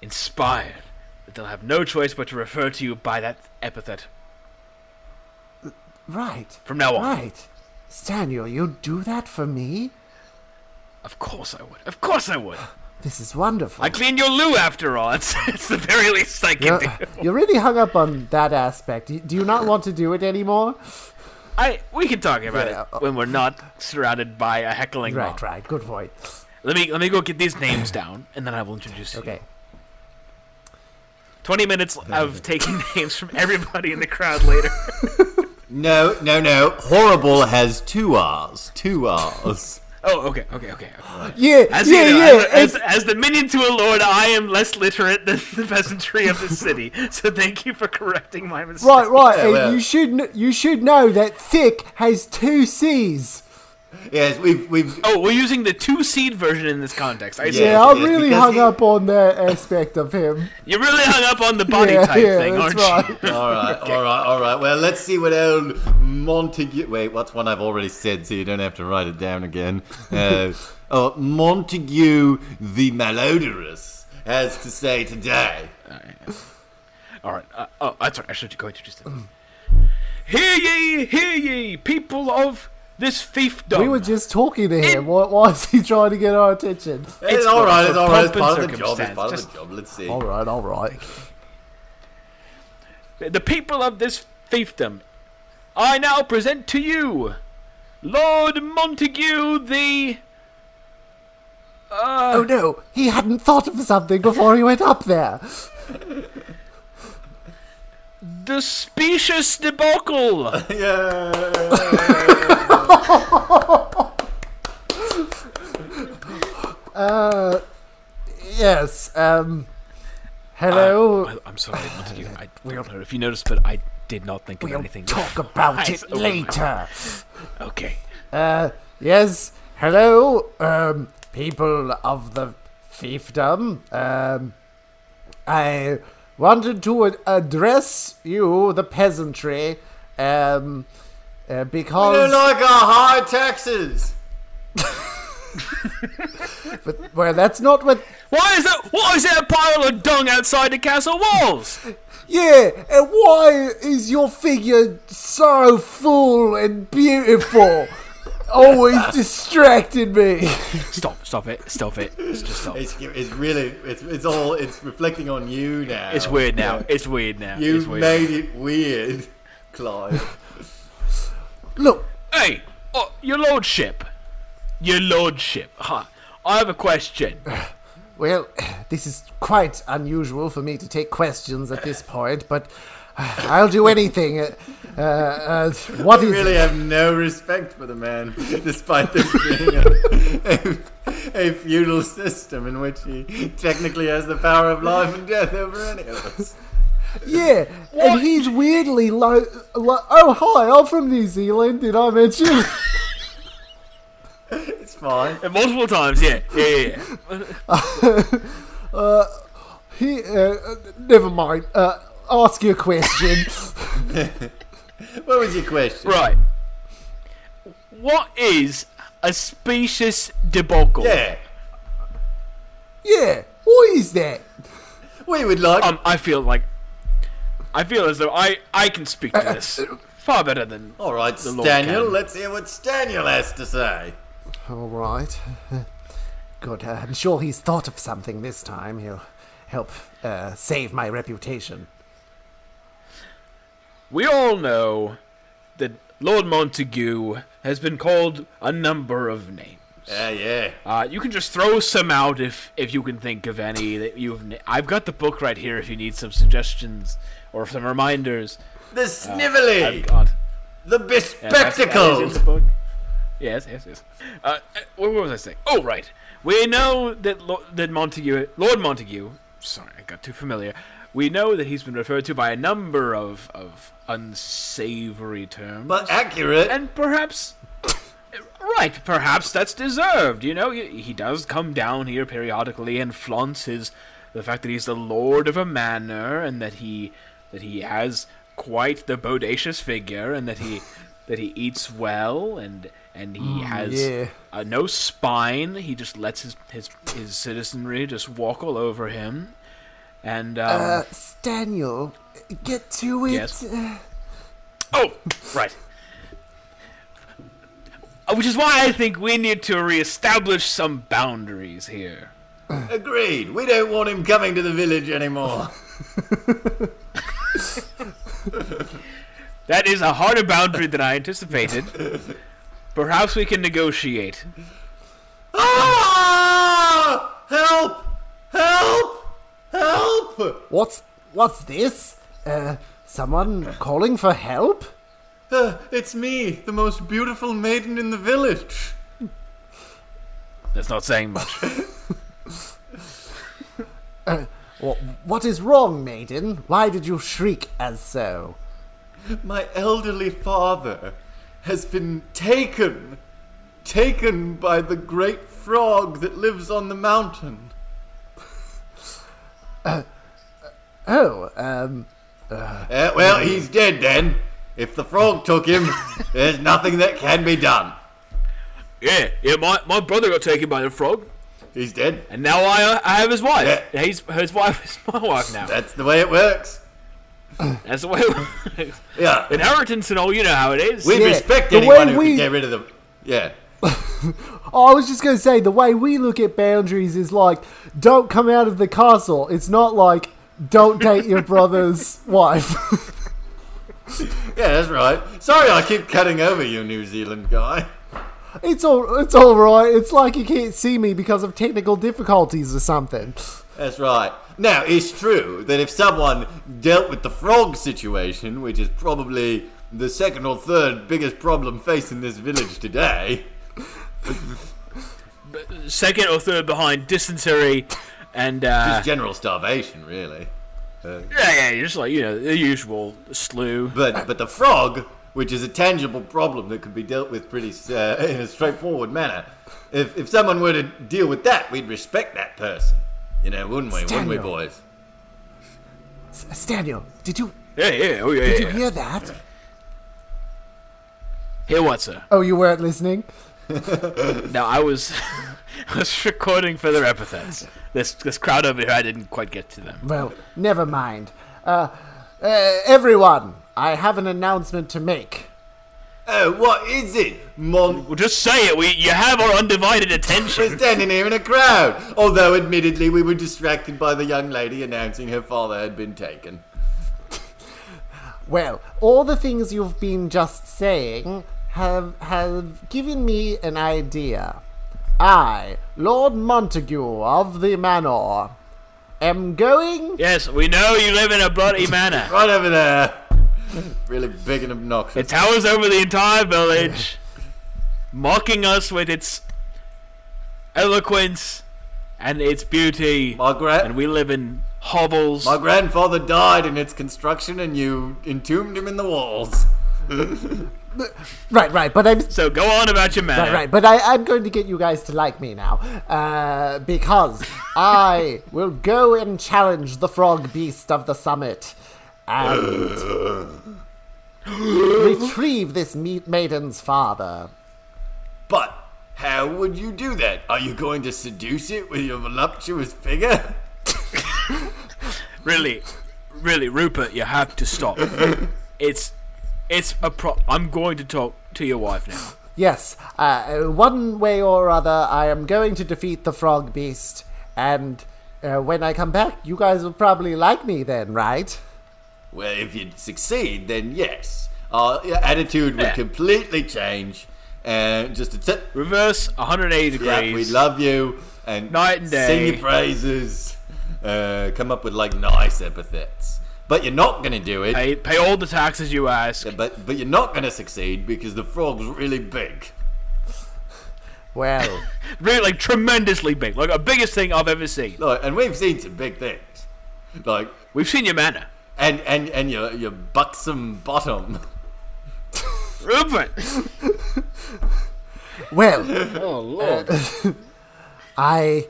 [SPEAKER 3] inspired that they'll have no choice but to refer to you by that epithet
[SPEAKER 2] Right.
[SPEAKER 3] from now on.
[SPEAKER 2] Right. Staniel, you do that for me.
[SPEAKER 3] Of course I would. Of course I would.
[SPEAKER 2] This is wonderful.
[SPEAKER 3] I clean your loo after all. It's, it's the very least I can
[SPEAKER 2] you're,
[SPEAKER 3] do.
[SPEAKER 2] you're really hung up on that aspect. Do you- Do you not want to do it anymore?
[SPEAKER 3] I we can talk about
[SPEAKER 2] Yeah, uh,
[SPEAKER 3] it when we're not surrounded by a heckling
[SPEAKER 2] Right,
[SPEAKER 3] mob.
[SPEAKER 2] right. Good point.
[SPEAKER 3] Let me let me go get these names down, and then I will introduce you.
[SPEAKER 2] Okay.
[SPEAKER 3] Twenty minutes of taking names from everybody in the crowd later.
[SPEAKER 1] No, no, no. Horrible has two R's. Two R's.
[SPEAKER 3] Oh, okay, okay, okay.
[SPEAKER 2] Yeah,
[SPEAKER 3] As
[SPEAKER 2] yeah,
[SPEAKER 3] you know,
[SPEAKER 2] yeah.
[SPEAKER 3] as, as,
[SPEAKER 2] it's-
[SPEAKER 3] as the minion to a lord, I am less literate than the peasantry of the city. So thank you for correcting my mistake.
[SPEAKER 2] right, right. and
[SPEAKER 1] well.
[SPEAKER 2] You should kn- you should know that thick has two C's.
[SPEAKER 1] yes, we've we've
[SPEAKER 3] Oh, we're using the two seed version in this context. I see.
[SPEAKER 1] Yeah,
[SPEAKER 2] Yeah, I'm
[SPEAKER 1] yeah,
[SPEAKER 2] really
[SPEAKER 1] because
[SPEAKER 2] hung
[SPEAKER 1] he-
[SPEAKER 2] up on that aspect of him.
[SPEAKER 3] You really hung up on the body
[SPEAKER 2] yeah,
[SPEAKER 3] type
[SPEAKER 2] yeah,
[SPEAKER 3] thing,
[SPEAKER 2] that's
[SPEAKER 3] aren't you?
[SPEAKER 2] right.
[SPEAKER 1] All right, all right, all right. Well, let's see what old Montague. Wait, what's one I've already said, so you don't have to write it down again. Uh, oh, Montague the malodorous has to say today.
[SPEAKER 3] All right. Uh, oh, that's right. I should go into just. Hear ye, hear ye, people of this fiefdom.
[SPEAKER 2] We were just talking to him. Why, why is he trying to get our attention?
[SPEAKER 1] It's,
[SPEAKER 3] It's
[SPEAKER 1] all right.
[SPEAKER 3] for
[SPEAKER 1] It's all right. It's part
[SPEAKER 3] pomp and
[SPEAKER 1] of the job. It's
[SPEAKER 3] circumstance,
[SPEAKER 1] part of
[SPEAKER 3] just-
[SPEAKER 1] the job. Let's see.
[SPEAKER 2] All right, all right.
[SPEAKER 3] the people of this fiefdom, I now present to you, Lord Montague the.
[SPEAKER 2] Oh no, he hadn't thought of something before he went up there.
[SPEAKER 3] The specious debacle.
[SPEAKER 1] Yeah.
[SPEAKER 2] Yes. Um. Hello.
[SPEAKER 3] Uh, I, I'm sorry, Montague. I, we don't know if you noticed, but I did not think of
[SPEAKER 2] we'll
[SPEAKER 3] anything.
[SPEAKER 2] talk about
[SPEAKER 3] Eyes
[SPEAKER 2] it
[SPEAKER 3] open.
[SPEAKER 2] later.
[SPEAKER 3] Okay.
[SPEAKER 2] Uh. Yes. Hello. Um. People of the fiefdom. Um. I wanted to ad- address you, the peasantry. Um. Uh,
[SPEAKER 1] Oh,
[SPEAKER 6] We
[SPEAKER 2] because
[SPEAKER 6] don't like our high taxes.
[SPEAKER 2] well, that's not what
[SPEAKER 3] Why is that? Why is there a pile of dung outside the castle walls?
[SPEAKER 2] Yeah, and why is your figure so full and beautiful? Always distracted me.
[SPEAKER 3] stop! Stop it! Stop it! Just stop.
[SPEAKER 6] It's, it's really, it's, it's all, it's reflecting on you now.
[SPEAKER 3] It's weird now. It's weird now.
[SPEAKER 6] You
[SPEAKER 3] it's weird.
[SPEAKER 6] made it weird, Clive.
[SPEAKER 2] Look,
[SPEAKER 3] Hey, oh, your lordship, your lordship. Huh. I have a question.
[SPEAKER 2] well, this is quite unusual for me to take questions at this point, but I'll do anything. Uh, uh, uh, what
[SPEAKER 6] I
[SPEAKER 2] is
[SPEAKER 6] really
[SPEAKER 2] it?
[SPEAKER 6] have no respect for the man, despite this being a, a, a feudal system in which he technically has the power of life and death over any of us.
[SPEAKER 2] Yeah, and he's weirdly low. Lo- oh, hi, I'm from New Zealand. Did I mention?
[SPEAKER 6] It's fine.
[SPEAKER 3] And multiple times, yeah, yeah, yeah. yeah.
[SPEAKER 2] he, uh, uh, never mind. Uh, ask your question.
[SPEAKER 6] What was your question?
[SPEAKER 3] Right. What is a specious debacle?
[SPEAKER 6] Yeah.
[SPEAKER 2] yeah, what is that?
[SPEAKER 6] We would like.
[SPEAKER 3] Um, I feel like I feel as though I I can speak to this far better than
[SPEAKER 6] all right,
[SPEAKER 3] the Lord
[SPEAKER 6] Staniel,
[SPEAKER 3] can.
[SPEAKER 6] let's hear what Staniel has to say.
[SPEAKER 2] All right. Good. Uh, I'm sure he's thought of something this time. He'll help uh, save my reputation.
[SPEAKER 3] We all know that Lord Montague has been called a number of names.
[SPEAKER 6] Yeah, yeah.
[SPEAKER 3] Uh, you can just throw some out if if you can think of any that you've. Na- I've got the book right here if you need some suggestions or some reminders.
[SPEAKER 6] The snivelly,
[SPEAKER 3] uh, I've got
[SPEAKER 6] the
[SPEAKER 3] that's- that is in
[SPEAKER 6] bespectacled.
[SPEAKER 3] the book. Yes, yes, yes. Uh, uh, what what was I saying? Oh, right. We know that Lo- that Montague, Lord Montague. Sorry, I got too familiar. We know that he's been referred to by a number of of unsavory terms
[SPEAKER 6] But accurate.
[SPEAKER 3] and perhaps right perhaps that's deserved you know he he does come down here periodically and flaunts his the fact that he's the lord of a manor and that he that he has quite the bodacious figure and that he that he eats well and and he has
[SPEAKER 2] Mm, yeah.
[SPEAKER 3] uh, no spine he just lets his, his his citizenry just walk all over him and um,
[SPEAKER 2] Uh, Staniel, get to it.
[SPEAKER 3] Yes.
[SPEAKER 2] Uh,
[SPEAKER 3] Oh, right. Uh, Which is why I think we need to reestablish some boundaries here.
[SPEAKER 6] Agreed. We don't want him coming to the village anymore.
[SPEAKER 3] That is a harder boundary than I anticipated. Perhaps we can negotiate.
[SPEAKER 6] Ah! Help! Help! Help!
[SPEAKER 2] What's what's this? Uh, someone calling for help?
[SPEAKER 1] "Uh, it's me, the most beautiful maiden in the village.
[SPEAKER 3] That's not saying much.
[SPEAKER 2] Wha what is wrong, maiden? Why did you shriek as so?
[SPEAKER 1] My elderly father has been taken, taken by the great frog that lives on the mountain.
[SPEAKER 2] Oh, um,
[SPEAKER 1] Uh, well, he's dead then. If the frog took him, there's nothing that can be done.
[SPEAKER 3] yeah, yeah. My, my brother got taken by the frog,
[SPEAKER 1] He's dead.
[SPEAKER 3] and now I uh, I have his wife.
[SPEAKER 1] Yeah.
[SPEAKER 3] He's his wife is my wife now.
[SPEAKER 1] That's the way it works.
[SPEAKER 3] That's the way. It works.
[SPEAKER 1] Yeah.
[SPEAKER 3] Inheritance and all, you know how it is.
[SPEAKER 1] We
[SPEAKER 2] Yeah,
[SPEAKER 1] respect
[SPEAKER 2] the way
[SPEAKER 1] anyone who
[SPEAKER 2] we-
[SPEAKER 1] can get rid of them. Yeah.
[SPEAKER 2] oh, I was just going to say the way we look at boundaries is like, don't come out of the castle. It's not like, don't date your brother's wife.
[SPEAKER 1] Yeah, that's right. Sorry I keep cutting over you, New Zealand guy.
[SPEAKER 2] It's all, it's all right. It's like you can't see me because of technical difficulties or something.
[SPEAKER 1] That's right. Now, it's true that if someone dealt with the frog situation, which is probably the second or third biggest problem facing this village today,
[SPEAKER 3] Second or third behind dysentery, and uh,
[SPEAKER 1] just general starvation, really.
[SPEAKER 3] yeah, yeah, just like you know the usual slew.
[SPEAKER 1] But but the frog, which is a tangible problem that could be dealt with pretty uh, in a straightforward manner, if if someone were to deal with that, we'd respect that person, you know, wouldn't we? Wouldn't we,
[SPEAKER 2] Stanley.
[SPEAKER 1] boys?
[SPEAKER 2] Staniel, did you
[SPEAKER 3] Yeah, yeah, oh yeah,
[SPEAKER 2] did you
[SPEAKER 3] yeah.
[SPEAKER 2] hear that?
[SPEAKER 3] Here, what's sir?
[SPEAKER 2] Oh, you weren't listening.
[SPEAKER 3] Now I was I was recording for their epithets. This this crowd over here, I didn't quite get to them.
[SPEAKER 2] Well, never mind. Uh, uh, everyone, I have an announcement to make.
[SPEAKER 1] Oh, what is it, Mon?
[SPEAKER 3] Well, just say it. We you have our undivided attention.
[SPEAKER 1] We're standing here in a crowd. Although, admittedly, we were distracted by the young lady announcing her father had been taken.
[SPEAKER 2] Well, all the things you've been just saying have have given me an idea. I, Lord Montague of the Manor, am going.
[SPEAKER 3] yes, we know you live in a bloody manor.
[SPEAKER 1] Right over there. Really big and obnoxious.
[SPEAKER 3] It towers over the entire village, mocking us with its eloquence and its beauty.
[SPEAKER 1] my, gra-
[SPEAKER 3] And we live in hovels.
[SPEAKER 1] my grandfather died in its construction, and you entombed him in the walls.
[SPEAKER 2] Right, right, but I'm
[SPEAKER 3] So go on about your manor.
[SPEAKER 2] Right, right, but I, I'm going to get you guys to like me now, uh, because I will go and challenge the frog beast of the summit, and retrieve this meat maiden's father.
[SPEAKER 1] But how would you do that? Are you going to seduce it with your voluptuous figure?
[SPEAKER 3] Really, really, Rupert, you have to stop. it's, it's a pro. I'm going to talk to your wife now.
[SPEAKER 2] Yes, uh, one way or other, I am going to defeat the frog beast, and uh, when I come back, you guys will probably like me then, right?
[SPEAKER 1] Well, if you succeed, then yes. Our attitude would
[SPEAKER 3] Yeah.
[SPEAKER 1] completely change. And just a tip
[SPEAKER 3] Reverse 180 degrees.
[SPEAKER 1] yeah, we love you. And
[SPEAKER 3] Night and
[SPEAKER 1] Sing
[SPEAKER 3] day.
[SPEAKER 1] your praises. Uh, come up with like nice epithets. But you're not going to do it.
[SPEAKER 3] Pay, pay all the taxes you ask.
[SPEAKER 1] But, but you're not going to succeed because the frog's really big.
[SPEAKER 2] Well,
[SPEAKER 3] Really, like tremendously big, like the biggest thing I've ever seen.
[SPEAKER 1] Like, and we've seen some big things. Like,
[SPEAKER 3] We've seen your manor,
[SPEAKER 1] and, and, and your, your buxom bottom.
[SPEAKER 3] Rupert.
[SPEAKER 2] well. I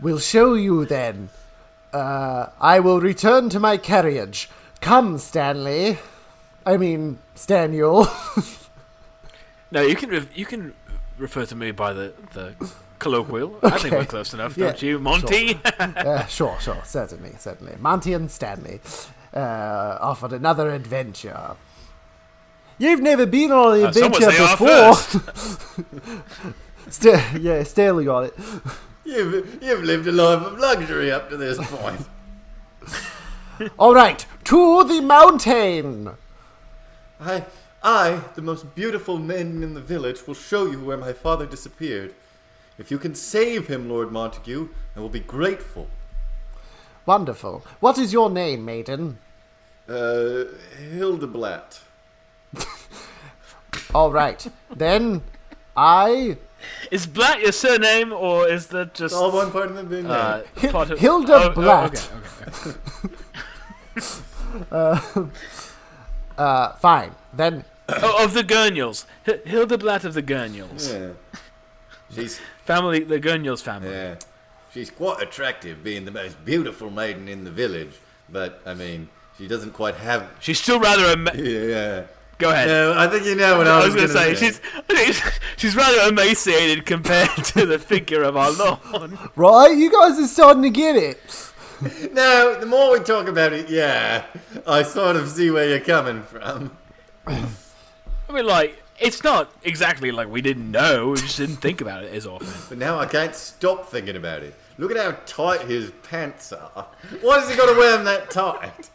[SPEAKER 2] will show you then. Uh, I will return to my carriage. Come, Stanley. I mean, Staniel.
[SPEAKER 3] No, you can re- you can refer to me by the the colloquial. I think we're close enough, don't
[SPEAKER 2] Yeah,
[SPEAKER 3] you, Monty?
[SPEAKER 2] uh, sure, sure, certainly, certainly. Monty and Stanley uh, offered another adventure. You've never been on an
[SPEAKER 3] Uh, someone
[SPEAKER 2] adventure
[SPEAKER 3] say I
[SPEAKER 2] before. Sta- yeah, Stanley got it.
[SPEAKER 1] You've, you've lived a life of luxury up to this point.
[SPEAKER 2] All right, to the mountain.
[SPEAKER 1] I, I, the most beautiful maiden in the village, will show you where my father disappeared. If you can save him, Lord Montague, I will be grateful.
[SPEAKER 2] Wonderful. What is your name, maiden?
[SPEAKER 1] Uh, Hildeblatt.
[SPEAKER 2] All right. then I
[SPEAKER 3] Is Blatt your surname, or is that just
[SPEAKER 1] All one part of the big
[SPEAKER 3] uh,
[SPEAKER 1] name.
[SPEAKER 3] part of
[SPEAKER 2] Hilda
[SPEAKER 3] oh, oh,
[SPEAKER 2] Blatt.
[SPEAKER 3] okay, okay.
[SPEAKER 2] uh fine. Then
[SPEAKER 3] Oh, of the Gurnules. H- Hilda Blatt of the Gurnules.
[SPEAKER 1] Yeah. She's
[SPEAKER 3] Family, the Gurnules family.
[SPEAKER 1] yeah. She's quite attractive, being the most beautiful maiden in the village. But I mean, she doesn't quite have.
[SPEAKER 3] She's still rather ama-
[SPEAKER 1] Yeah.
[SPEAKER 3] Go ahead.
[SPEAKER 1] No, I think you know what I,
[SPEAKER 3] I was going to
[SPEAKER 1] gonna
[SPEAKER 3] say, she's, she's she's rather emaciated compared to the figure of our Lord.
[SPEAKER 2] right, you guys are starting to get it.
[SPEAKER 1] No, the more we talk about it, yeah, I sort of see where you're coming from.
[SPEAKER 3] I mean, like, it's not exactly like we didn't know. We just didn't think about it as often.
[SPEAKER 1] But now I can't stop thinking about it. Look at how tight his pants are. Why does he got to wear them that tight?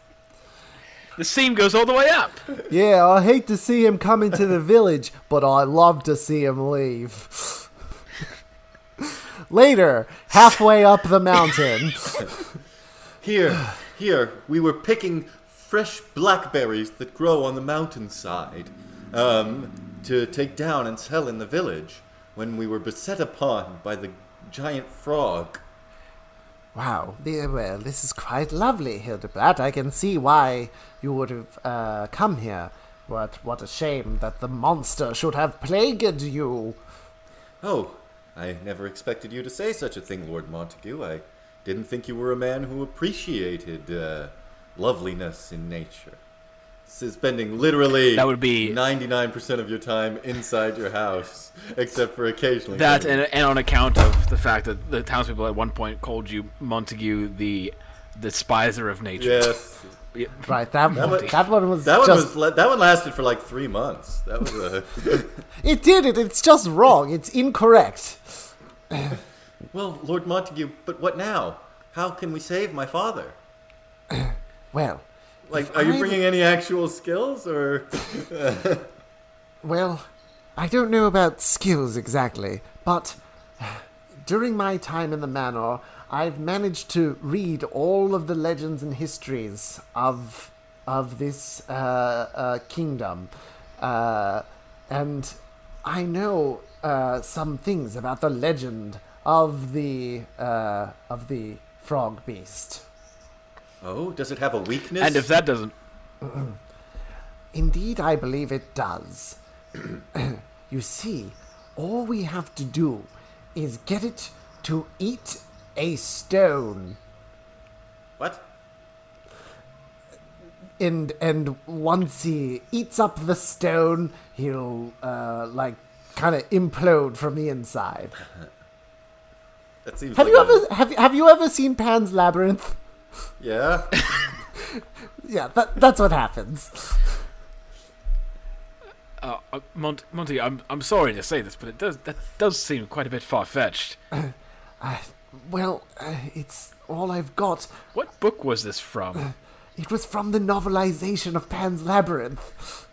[SPEAKER 3] The seam goes all the way up.
[SPEAKER 2] Yeah, I hate to see him come into the village, but I love to see him leave. Later, halfway up the mountain.
[SPEAKER 1] Here, here, we were picking fresh blackberries that grow on the mountainside um, to take down and sell in the village when we were beset upon by the giant frog.
[SPEAKER 2] Wow, the- well, this is quite lovely, Hildebrat. I can see why you would have uh, come here. What, what a shame that the monster should have plagued you.
[SPEAKER 1] Oh, I never expected you to say such a thing, Lord Montague. I didn't think you were a man who appreciated uh, loveliness in nature. S- Spending literally
[SPEAKER 3] That would be-
[SPEAKER 1] 99% of your time inside your house, except for occasionally.
[SPEAKER 3] That
[SPEAKER 1] coming-
[SPEAKER 3] and, and on account of the fact that the townspeople at one point called you Montague the despiser of nature.
[SPEAKER 1] Yes.
[SPEAKER 2] Right, that, one,
[SPEAKER 1] one-
[SPEAKER 2] that one was
[SPEAKER 1] That one,
[SPEAKER 2] just.
[SPEAKER 1] was, la- that one lasted for like three months. That was a.
[SPEAKER 2] It did it, it's just wrong, it's incorrect.
[SPEAKER 1] well, Lord Montague, but what now? How can we save my father?
[SPEAKER 2] Well,
[SPEAKER 1] Like, are you
[SPEAKER 2] I-
[SPEAKER 1] bringing any actual skills or.
[SPEAKER 2] Well, I don't know about skills exactly, but during my time in the manor, I've managed to read all of the legends and histories of of this uh, uh, kingdom, uh, and I know uh, some things about the legend of the uh, of the frog beast.
[SPEAKER 1] Oh, does it have a weakness?
[SPEAKER 3] And if that doesn't.
[SPEAKER 2] Indeed, I believe it does. you see, all we have to do is get it to eat a stone.
[SPEAKER 1] What?
[SPEAKER 2] And and once he eats up the stone, he'll uh, like kind of implode from the inside.
[SPEAKER 1] That seems
[SPEAKER 2] Have
[SPEAKER 1] like
[SPEAKER 2] you
[SPEAKER 1] a-
[SPEAKER 2] ever have have you ever seen Pan's Labyrinth?
[SPEAKER 1] Yeah.
[SPEAKER 2] Yeah, that, that's what happens.
[SPEAKER 3] Uh, uh, Mont- Monty, I'm, I'm sorry to say this, but it does that does seem quite a bit far fetched.
[SPEAKER 2] Well, uh, it's all I've got.
[SPEAKER 3] What book was this from?
[SPEAKER 2] It was from the novelization of Pan's Labyrinth.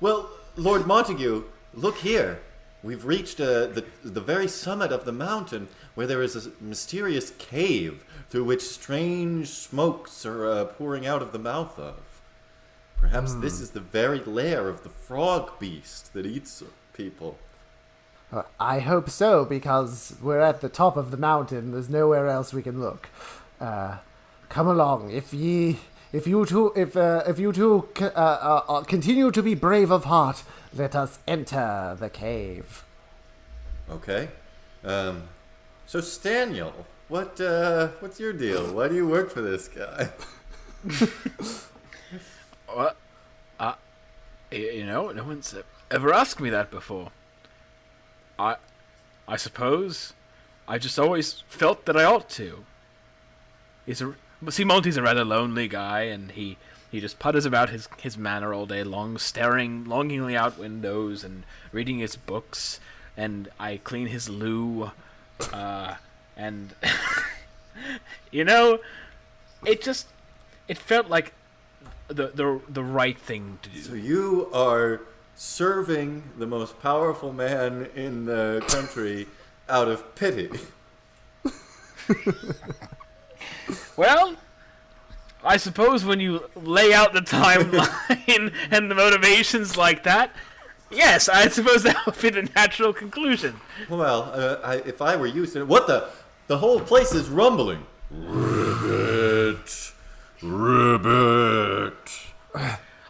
[SPEAKER 1] Well, Lord Montague, look here. We've reached uh, the, the very summit of the mountain where there is a mysterious cave through which strange smokes are uh, pouring out of the mouth of. Perhaps this is the very lair of the frog beast that eats people.
[SPEAKER 2] Uh, I hope so, because we're at the top of the mountain. There's nowhere else we can look. Uh, come along, if ye, if you two, if uh, if you two c- uh, uh, uh, continue to be brave of heart, let us enter the cave.
[SPEAKER 1] Okay? Um, so, Staniel, what, uh, what's your deal? Why do you work for this guy?
[SPEAKER 3] Y- You know, no one's ever asked me that before. I, I suppose, I just always felt that I ought to. He's a but see, Monty's a rather lonely guy, and he he just putters about his his manor all day long, staring longingly out windows and reading his books. And I clean his loo, uh, and you know, it just it felt like the the the right thing to do.
[SPEAKER 1] So you are serving the most powerful man in the country out of pity.
[SPEAKER 3] Well, I suppose when you lay out the timeline and the motivations like that, yes, I suppose that would be the natural conclusion.
[SPEAKER 1] Well, uh, I, if I were you, sir- what the? The whole place is rumbling. Ribbit, ribbit.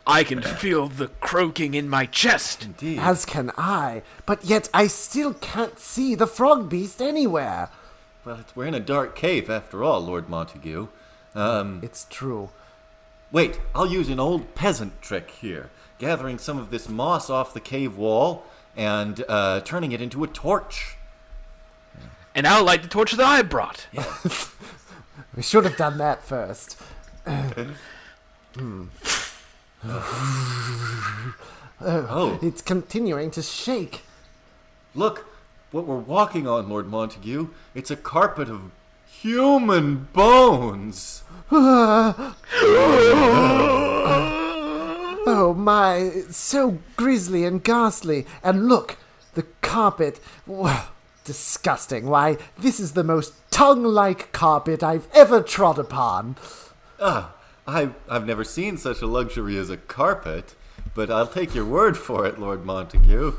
[SPEAKER 3] I can feel the croaking in my chest.
[SPEAKER 1] Indeed.
[SPEAKER 2] As can I, but yet I still can't see the frog beast anywhere.
[SPEAKER 1] well, it's, we're in a dark cave after all, Lord Montague. Um,
[SPEAKER 2] It's true.
[SPEAKER 1] Wait, I'll use an old peasant trick here, gathering some of this moss off the cave wall and uh, turning it into a torch.
[SPEAKER 3] And I'll light the torch that I brought.
[SPEAKER 2] We should have done that first.
[SPEAKER 1] Oh,
[SPEAKER 2] It's continuing to shake.
[SPEAKER 1] Look, what we're walking on, Lord Montague, it's a carpet of human bones.
[SPEAKER 2] Oh my, it's so grisly and ghastly. And look, the carpet. Whoa, disgusting. Why, this is the most tongue like carpet I've ever trod upon.
[SPEAKER 1] Ah, I, I've never seen such a luxury as a carpet, but I'll take your word for it, Lord Montague.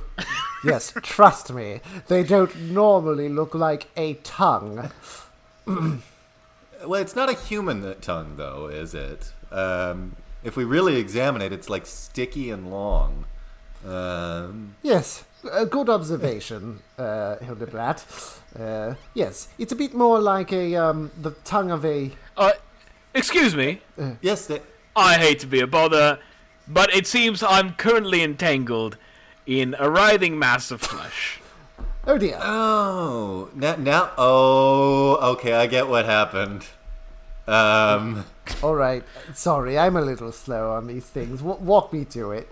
[SPEAKER 2] Yes, trust me, they don't normally look like a tongue.
[SPEAKER 1] Well, it's not a human that tongue, though, is it? Um, if we really examine it, it's like sticky and long. Um,
[SPEAKER 2] Yes, a good observation, uh, Hildeblatt. Uh, yes, it's a bit more like a um, the tongue of a.
[SPEAKER 3] Uh, excuse me,
[SPEAKER 1] yes, that,
[SPEAKER 3] I hate to be a bother, but it seems I'm currently entangled in a writhing mass of flesh.
[SPEAKER 2] Oh dear.
[SPEAKER 1] Oh, now, now, oh, okay, I get what happened. Um,
[SPEAKER 2] All right, sorry, I'm a little slow on these things. W- walk me to it.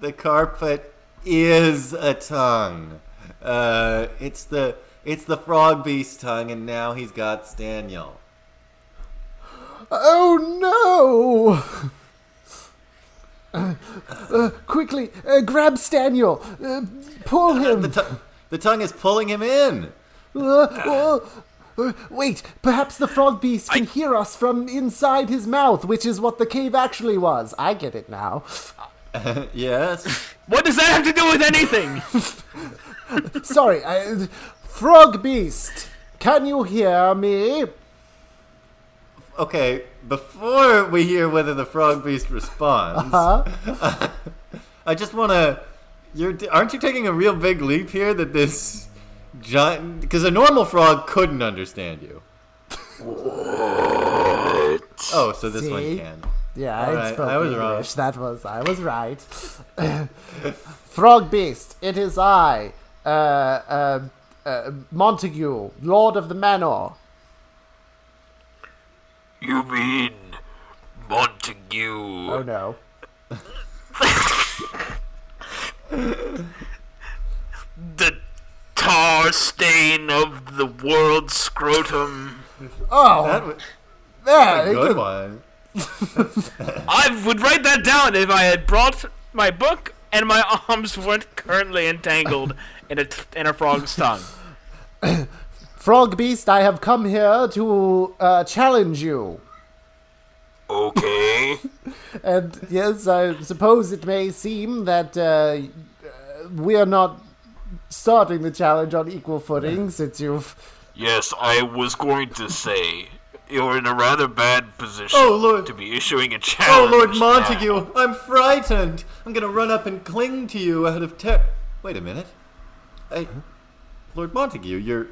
[SPEAKER 1] the carpet is a tongue. Uh, it's the it's the frog beast tongue, and now he's got Staniel.
[SPEAKER 2] Oh no! Uh, uh, quickly, uh, grab Staniel! Uh, pull
[SPEAKER 1] The,
[SPEAKER 2] him!
[SPEAKER 1] tongue the tongue is pulling him in.
[SPEAKER 2] Uh, uh, uh, wait, perhaps the frog beast can hear us from inside his mouth, which is what the cave actually was. I get it now.
[SPEAKER 1] Yes,
[SPEAKER 3] What does that have to do with anything?
[SPEAKER 2] Sorry, I, frog beast, can you hear me?
[SPEAKER 1] okay, before we hear whether the frog beast responds,
[SPEAKER 2] Huh?
[SPEAKER 1] I just want to. You're aren't you taking a real big leap here that this giant because a normal frog couldn't understand you. Oh, so this one
[SPEAKER 2] See?
[SPEAKER 1] can.
[SPEAKER 2] Yeah,
[SPEAKER 1] All
[SPEAKER 2] I
[SPEAKER 1] right,
[SPEAKER 2] spoke
[SPEAKER 1] I was wrong.
[SPEAKER 2] English. That was I was right. Frog beast, it is I, uh, uh, uh, Montague, Lord of the Manor.
[SPEAKER 7] You mean Montague?
[SPEAKER 2] Oh no.
[SPEAKER 7] The tar stain of the world's scrotum.
[SPEAKER 2] Oh,
[SPEAKER 1] That was
[SPEAKER 2] there,
[SPEAKER 1] a
[SPEAKER 2] it
[SPEAKER 1] good
[SPEAKER 2] could-
[SPEAKER 1] one.
[SPEAKER 3] I would write that down if I had brought my book and my arms weren't currently entangled in a, t- in a frog's tongue.
[SPEAKER 2] Frog beast, I have come here to uh, challenge you.
[SPEAKER 7] Okay.
[SPEAKER 2] And yes, I suppose it may seem that uh, we are not starting the challenge on equal footing since you've.
[SPEAKER 7] yes, I was going to say you're in a rather bad position
[SPEAKER 1] Oh, Lord.
[SPEAKER 7] to be issuing a
[SPEAKER 1] Oh,
[SPEAKER 7] challenge.
[SPEAKER 1] Lord
[SPEAKER 7] now.
[SPEAKER 1] Montague, I'm frightened. I'm gonna run up and cling to you out of terror. Wait a minute. Hey, Lord Montague, your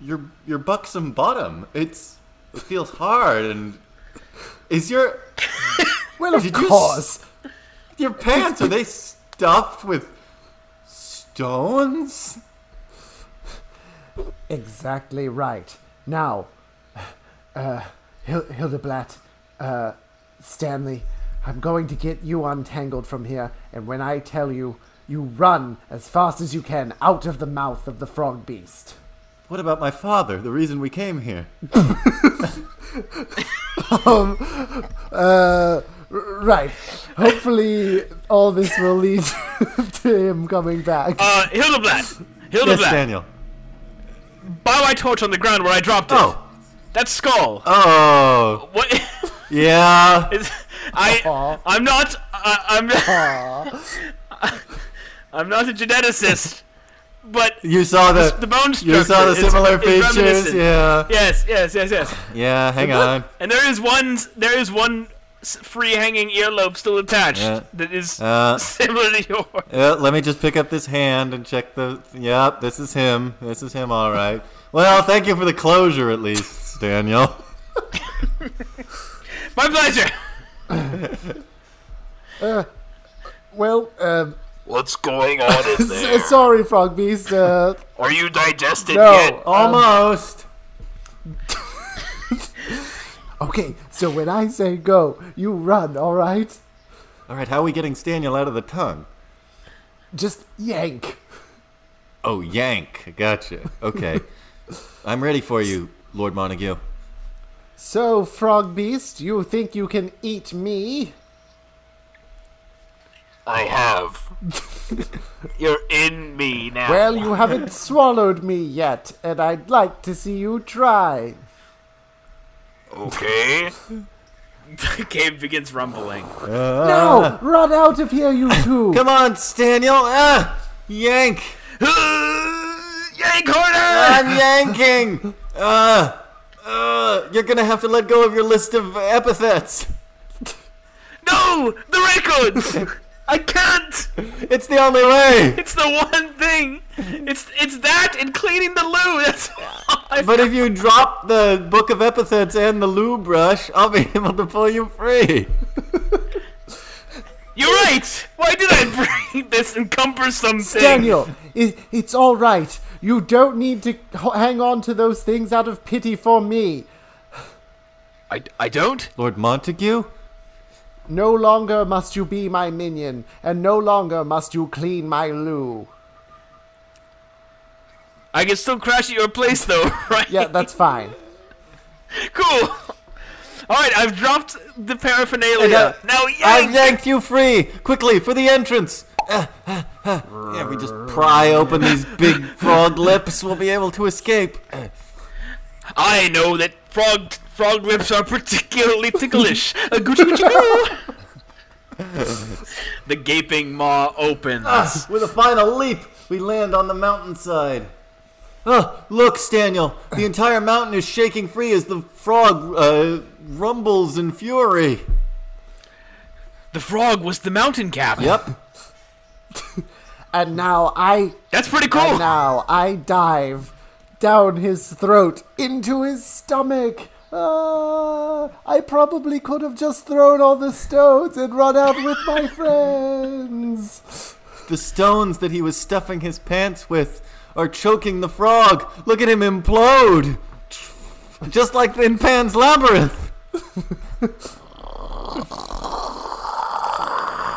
[SPEAKER 1] your your buxom bottom. It's it feels hard and is your
[SPEAKER 2] Well, of
[SPEAKER 1] Did you s-
[SPEAKER 2] course.
[SPEAKER 1] Your pants are they stuffed with stones?
[SPEAKER 2] Exactly right. Now, uh, Hil- Hildeblatt, uh, Stanley, I'm going to get you untangled from here, and when I tell you, you run as fast as you can out of the mouth of the frog beast.
[SPEAKER 1] What about my father? The reason we came here.
[SPEAKER 2] Uh, r- right. Hopefully, all this will lead to him coming back.
[SPEAKER 3] Uh, Hildeblatt!
[SPEAKER 1] Yes,
[SPEAKER 3] Hildeblatt!
[SPEAKER 1] Daniel.
[SPEAKER 3] Buy my torch on the ground where I dropped it.
[SPEAKER 1] Oh,
[SPEAKER 3] That skull.
[SPEAKER 1] oh,
[SPEAKER 3] What?
[SPEAKER 1] Yeah.
[SPEAKER 3] It's, I
[SPEAKER 2] Aw.
[SPEAKER 3] I'm not I, I'm
[SPEAKER 2] Aw.
[SPEAKER 3] I'm not a geneticist, but
[SPEAKER 1] You saw the,
[SPEAKER 3] the bone
[SPEAKER 1] you saw the
[SPEAKER 3] structure is-
[SPEAKER 1] similar
[SPEAKER 3] is
[SPEAKER 1] features.
[SPEAKER 3] reminiscent.
[SPEAKER 1] Yeah.
[SPEAKER 3] yes, yes, yes, yes.
[SPEAKER 1] Yeah. Hang on.
[SPEAKER 3] And there is one there is one s- free hanging earlobe still attached
[SPEAKER 1] Yeah.
[SPEAKER 3] that is
[SPEAKER 1] Uh,
[SPEAKER 3] similar to yours.
[SPEAKER 1] Yeah, let me just pick up this hand and check the. Yep, this is him. This is him, all right. Well, thank you for the closure, at least, Daniel.
[SPEAKER 3] My pleasure.
[SPEAKER 2] well, um,
[SPEAKER 8] What's going on in there?
[SPEAKER 2] s- sorry, Frog Beast. Uh,
[SPEAKER 8] Are you digested
[SPEAKER 2] no.
[SPEAKER 8] yet?
[SPEAKER 3] Um,
[SPEAKER 1] Almost.
[SPEAKER 2] Okay, so when I say go, you run, all right?
[SPEAKER 1] All right, how are we getting Daniel out of the tongue?
[SPEAKER 2] Just yank.
[SPEAKER 1] Oh, yank. Gotcha. Okay. I'm ready for you, Lord Montague.
[SPEAKER 2] So, Frog Beast, you think you can eat me?
[SPEAKER 8] I have. You're in me now.
[SPEAKER 2] Well, you haven't swallowed me yet, and I'd like to see you try.
[SPEAKER 8] okay.
[SPEAKER 3] The cave begins rumbling.
[SPEAKER 2] No! Run out of here, you two!
[SPEAKER 1] Come on, Daniel. Ah, yank.
[SPEAKER 3] Yank corner!
[SPEAKER 1] I'm yanking. Uh, uh, you're gonna have to let go of your list of epithets.
[SPEAKER 3] No, the records. I can't.
[SPEAKER 1] It's the only way.
[SPEAKER 3] It's the one thing. It's it's that and cleaning the loo. That's all I
[SPEAKER 1] But if you drop the book of epithets and the loo brush, I'll be able to pull you free.
[SPEAKER 3] You're right. Why did I bring this encumbersome thing?
[SPEAKER 2] Daniel, i it's all right. You don't need to h- hang on to those things out of pity for me.
[SPEAKER 3] I, I don't.
[SPEAKER 1] Lord Montague?
[SPEAKER 2] No longer must you be my minion, and no longer must you clean my loo.
[SPEAKER 3] I can still crash at your place though, right?
[SPEAKER 2] Yeah, that's fine.
[SPEAKER 3] Cool. All right, I've dropped the paraphernalia.
[SPEAKER 1] And, uh,
[SPEAKER 3] now
[SPEAKER 1] I've
[SPEAKER 3] yank.
[SPEAKER 1] yanked you free! Quickly, for the entrance! Ah, ah, ah. Yeah, we just pry open these big frog lips, we'll be able to escape.
[SPEAKER 3] I know that frog frog lips are particularly ticklish. A goochie goochie goo. The gaping maw opens.
[SPEAKER 1] With a final leap, we land on the mountainside. Oh, look, Staniel! The entire mountain is shaking free as the frog uh, rumbles in fury.
[SPEAKER 3] The frog was the mountain cap.
[SPEAKER 1] Yep.
[SPEAKER 2] And now I
[SPEAKER 3] That's pretty cool.
[SPEAKER 2] And now I dive down his throat into his stomach. Ah, I probably could have just thrown all the stones and run out with my friends.
[SPEAKER 1] The stones that he was stuffing his pants with are choking the frog. Look at him implode! Just like in Pan's Labyrinth!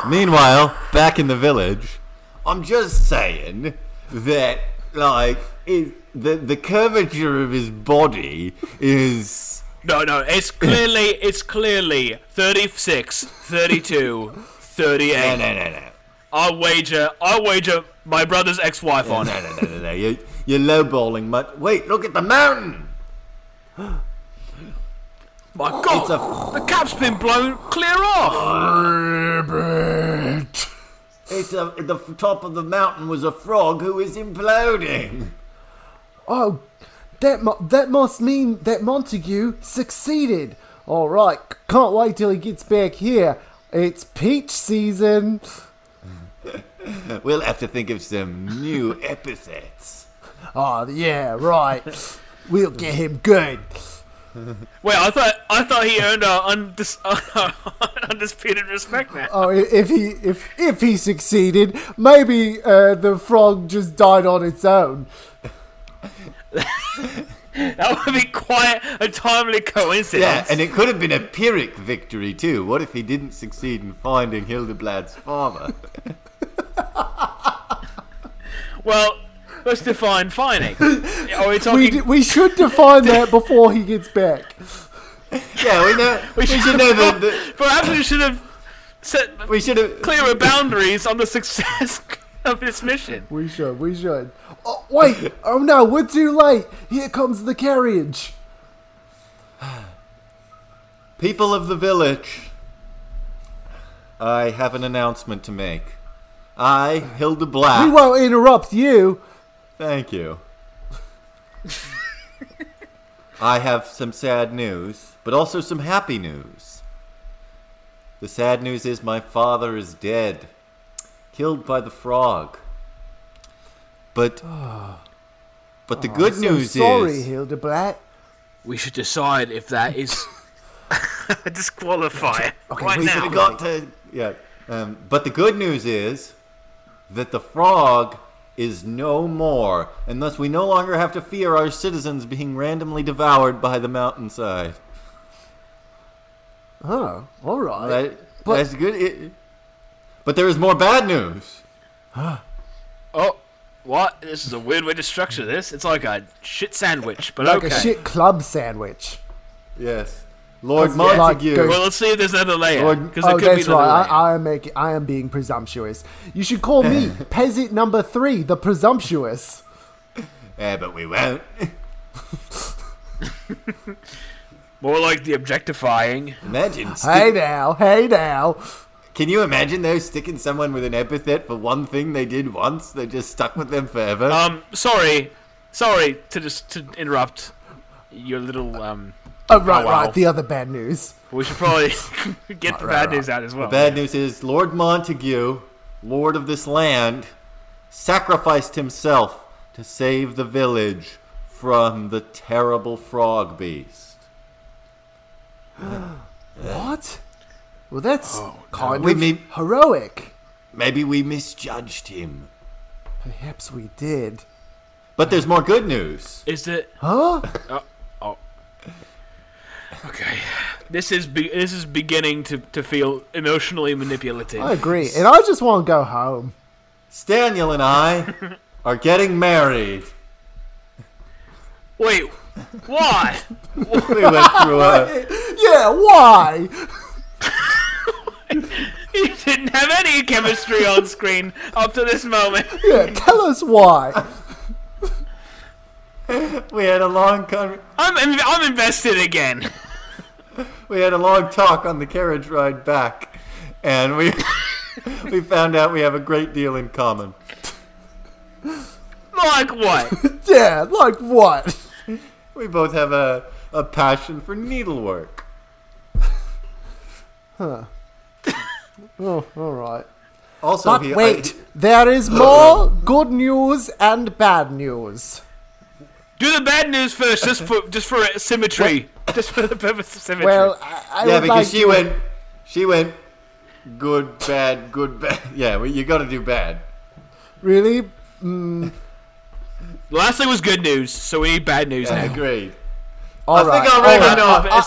[SPEAKER 1] Meanwhile, back in the village, I'm just saying that, like, it, the, the curvature of his body is.
[SPEAKER 3] No, no, it's clearly it's clearly 36, 32, 38.
[SPEAKER 1] No, no, no, no.
[SPEAKER 3] I'll wager, I'll wager my brother's ex-wife on it.
[SPEAKER 1] No, no, no, no, no. You, you're lowballing, but wait, look at the mountain!
[SPEAKER 3] My god,
[SPEAKER 1] It's a
[SPEAKER 3] the cap's been blown clear off.
[SPEAKER 1] It's a, the f- top of the mountain was a frog who is imploding.
[SPEAKER 2] Oh, that mu- that must mean that Montague succeeded. All right, c- can't wait till he gets back here. It's peach season.
[SPEAKER 1] We'll have to think of some new epithets.
[SPEAKER 2] Oh yeah, right. We'll get him good.
[SPEAKER 3] Wait, I thought I thought he earned our, undis- our undisputed respect now.
[SPEAKER 2] Oh, i- if he if if he succeeded, maybe uh, the frog just died on its own.
[SPEAKER 3] That would be quite a timely
[SPEAKER 1] Yeah,
[SPEAKER 3] coincidence.
[SPEAKER 1] and it could have been a Pyrrhic victory too. What if he didn't succeed in finding Hildeblad's father?
[SPEAKER 3] well, let's define finding. Are we talking?
[SPEAKER 2] We d- we should define that before he gets back.
[SPEAKER 1] yeah, we know. we should know the, the
[SPEAKER 3] Perhaps we should have set
[SPEAKER 1] we should have.
[SPEAKER 3] clearer boundaries on the success of this mission.
[SPEAKER 2] We should. We should. Oh wait! Oh no! We're too late. Here comes the carriage.
[SPEAKER 1] People of the village, I have an announcement to make. I, Hilda
[SPEAKER 2] We
[SPEAKER 1] Black,
[SPEAKER 2] won't interrupt you.
[SPEAKER 1] thank you. I have some sad news, but also some happy news. The sad news is my father is dead, killed by the frog. But but the good
[SPEAKER 2] Oh, I'm
[SPEAKER 1] news
[SPEAKER 2] sorry,
[SPEAKER 1] is
[SPEAKER 2] Hilda Black.
[SPEAKER 3] We should decide if that is
[SPEAKER 9] Disqualify it
[SPEAKER 2] Okay,
[SPEAKER 9] right
[SPEAKER 2] we
[SPEAKER 9] now.
[SPEAKER 2] should-
[SPEAKER 1] We got to yeah. Um, but the good news is that the frog is no more, and thus we no longer have to fear our citizens being randomly devoured by the mountainside.
[SPEAKER 2] Oh, all right.
[SPEAKER 1] That,
[SPEAKER 2] but-
[SPEAKER 1] that's good. It- but there is more bad news.
[SPEAKER 3] oh what? This is a weird way to structure this. It's like a shit sandwich, but
[SPEAKER 2] like
[SPEAKER 3] okay.
[SPEAKER 2] a shit club sandwich.
[SPEAKER 1] Yes, Lord
[SPEAKER 2] That's what I
[SPEAKER 1] Montague.
[SPEAKER 2] do.
[SPEAKER 3] Well, let's see if there's another layer.
[SPEAKER 1] Lord-
[SPEAKER 3] Because
[SPEAKER 2] Oh,
[SPEAKER 3] could be
[SPEAKER 2] that's
[SPEAKER 3] another
[SPEAKER 2] right.
[SPEAKER 3] layer.
[SPEAKER 2] I, I am making. I am being presumptuous. You should call me peasant number three, the presumptuous.
[SPEAKER 1] Eh, but we won't.
[SPEAKER 3] More like the objectifying.
[SPEAKER 1] Imagine. Stick,
[SPEAKER 2] Hey now, hey now.
[SPEAKER 1] Can you imagine though sticking someone with an epithet for one thing they did once? They're just stuck with them forever.
[SPEAKER 3] Um, sorry, sorry to just to interrupt your little. Um,
[SPEAKER 2] Oh, right,
[SPEAKER 3] wow.
[SPEAKER 2] right. The other bad news.
[SPEAKER 3] we should probably get the bad
[SPEAKER 2] right,
[SPEAKER 3] news out as well.
[SPEAKER 1] Bad news is Lord Montague, lord of this land, sacrificed himself to save the village from the terrible frog beast.
[SPEAKER 2] What? Well, that's kind
[SPEAKER 1] Oh, We
[SPEAKER 2] of
[SPEAKER 1] mean-
[SPEAKER 2] heroic.
[SPEAKER 1] Maybe we misjudged him.
[SPEAKER 2] Perhaps we did.
[SPEAKER 1] But there's more good news.
[SPEAKER 3] Is it
[SPEAKER 2] Huh?
[SPEAKER 3] okay? This is be- this is beginning to, to feel emotionally manipulative.
[SPEAKER 2] I agree. And I just want to go home.
[SPEAKER 1] Staniel and I are getting married.
[SPEAKER 3] Wait, what?
[SPEAKER 1] We went through a.
[SPEAKER 2] Yeah, why?
[SPEAKER 3] you didn't have any chemistry on screen up to this moment.
[SPEAKER 2] Yeah, tell us why.
[SPEAKER 1] We had a long con-
[SPEAKER 3] I'm in- I'm invested again.
[SPEAKER 1] we had a long talk on the carriage ride back, and we we found out we have a great deal in common.
[SPEAKER 3] Like what?
[SPEAKER 2] Yeah, like what?
[SPEAKER 1] We both have a, a passion for needlework.
[SPEAKER 2] Oh, all right.
[SPEAKER 1] Also,
[SPEAKER 2] But
[SPEAKER 1] Oh, he,
[SPEAKER 2] wait, there is more good news and bad news.
[SPEAKER 3] Do the bad news first, just for just for symmetry, just for the purpose of symmetry.
[SPEAKER 2] Well, I, I
[SPEAKER 1] I- yeah,
[SPEAKER 2] would like
[SPEAKER 1] because she
[SPEAKER 2] to-
[SPEAKER 1] went, she went, good, bad, good, bad. Yeah, well, you got to do bad.
[SPEAKER 2] really. mm,
[SPEAKER 3] Last thing was good news, so we need bad news now.
[SPEAKER 1] Agreed.
[SPEAKER 2] All
[SPEAKER 1] I
[SPEAKER 2] right,
[SPEAKER 1] think I'll
[SPEAKER 2] all
[SPEAKER 1] recognize.
[SPEAKER 2] right.
[SPEAKER 3] No,
[SPEAKER 2] I- I- all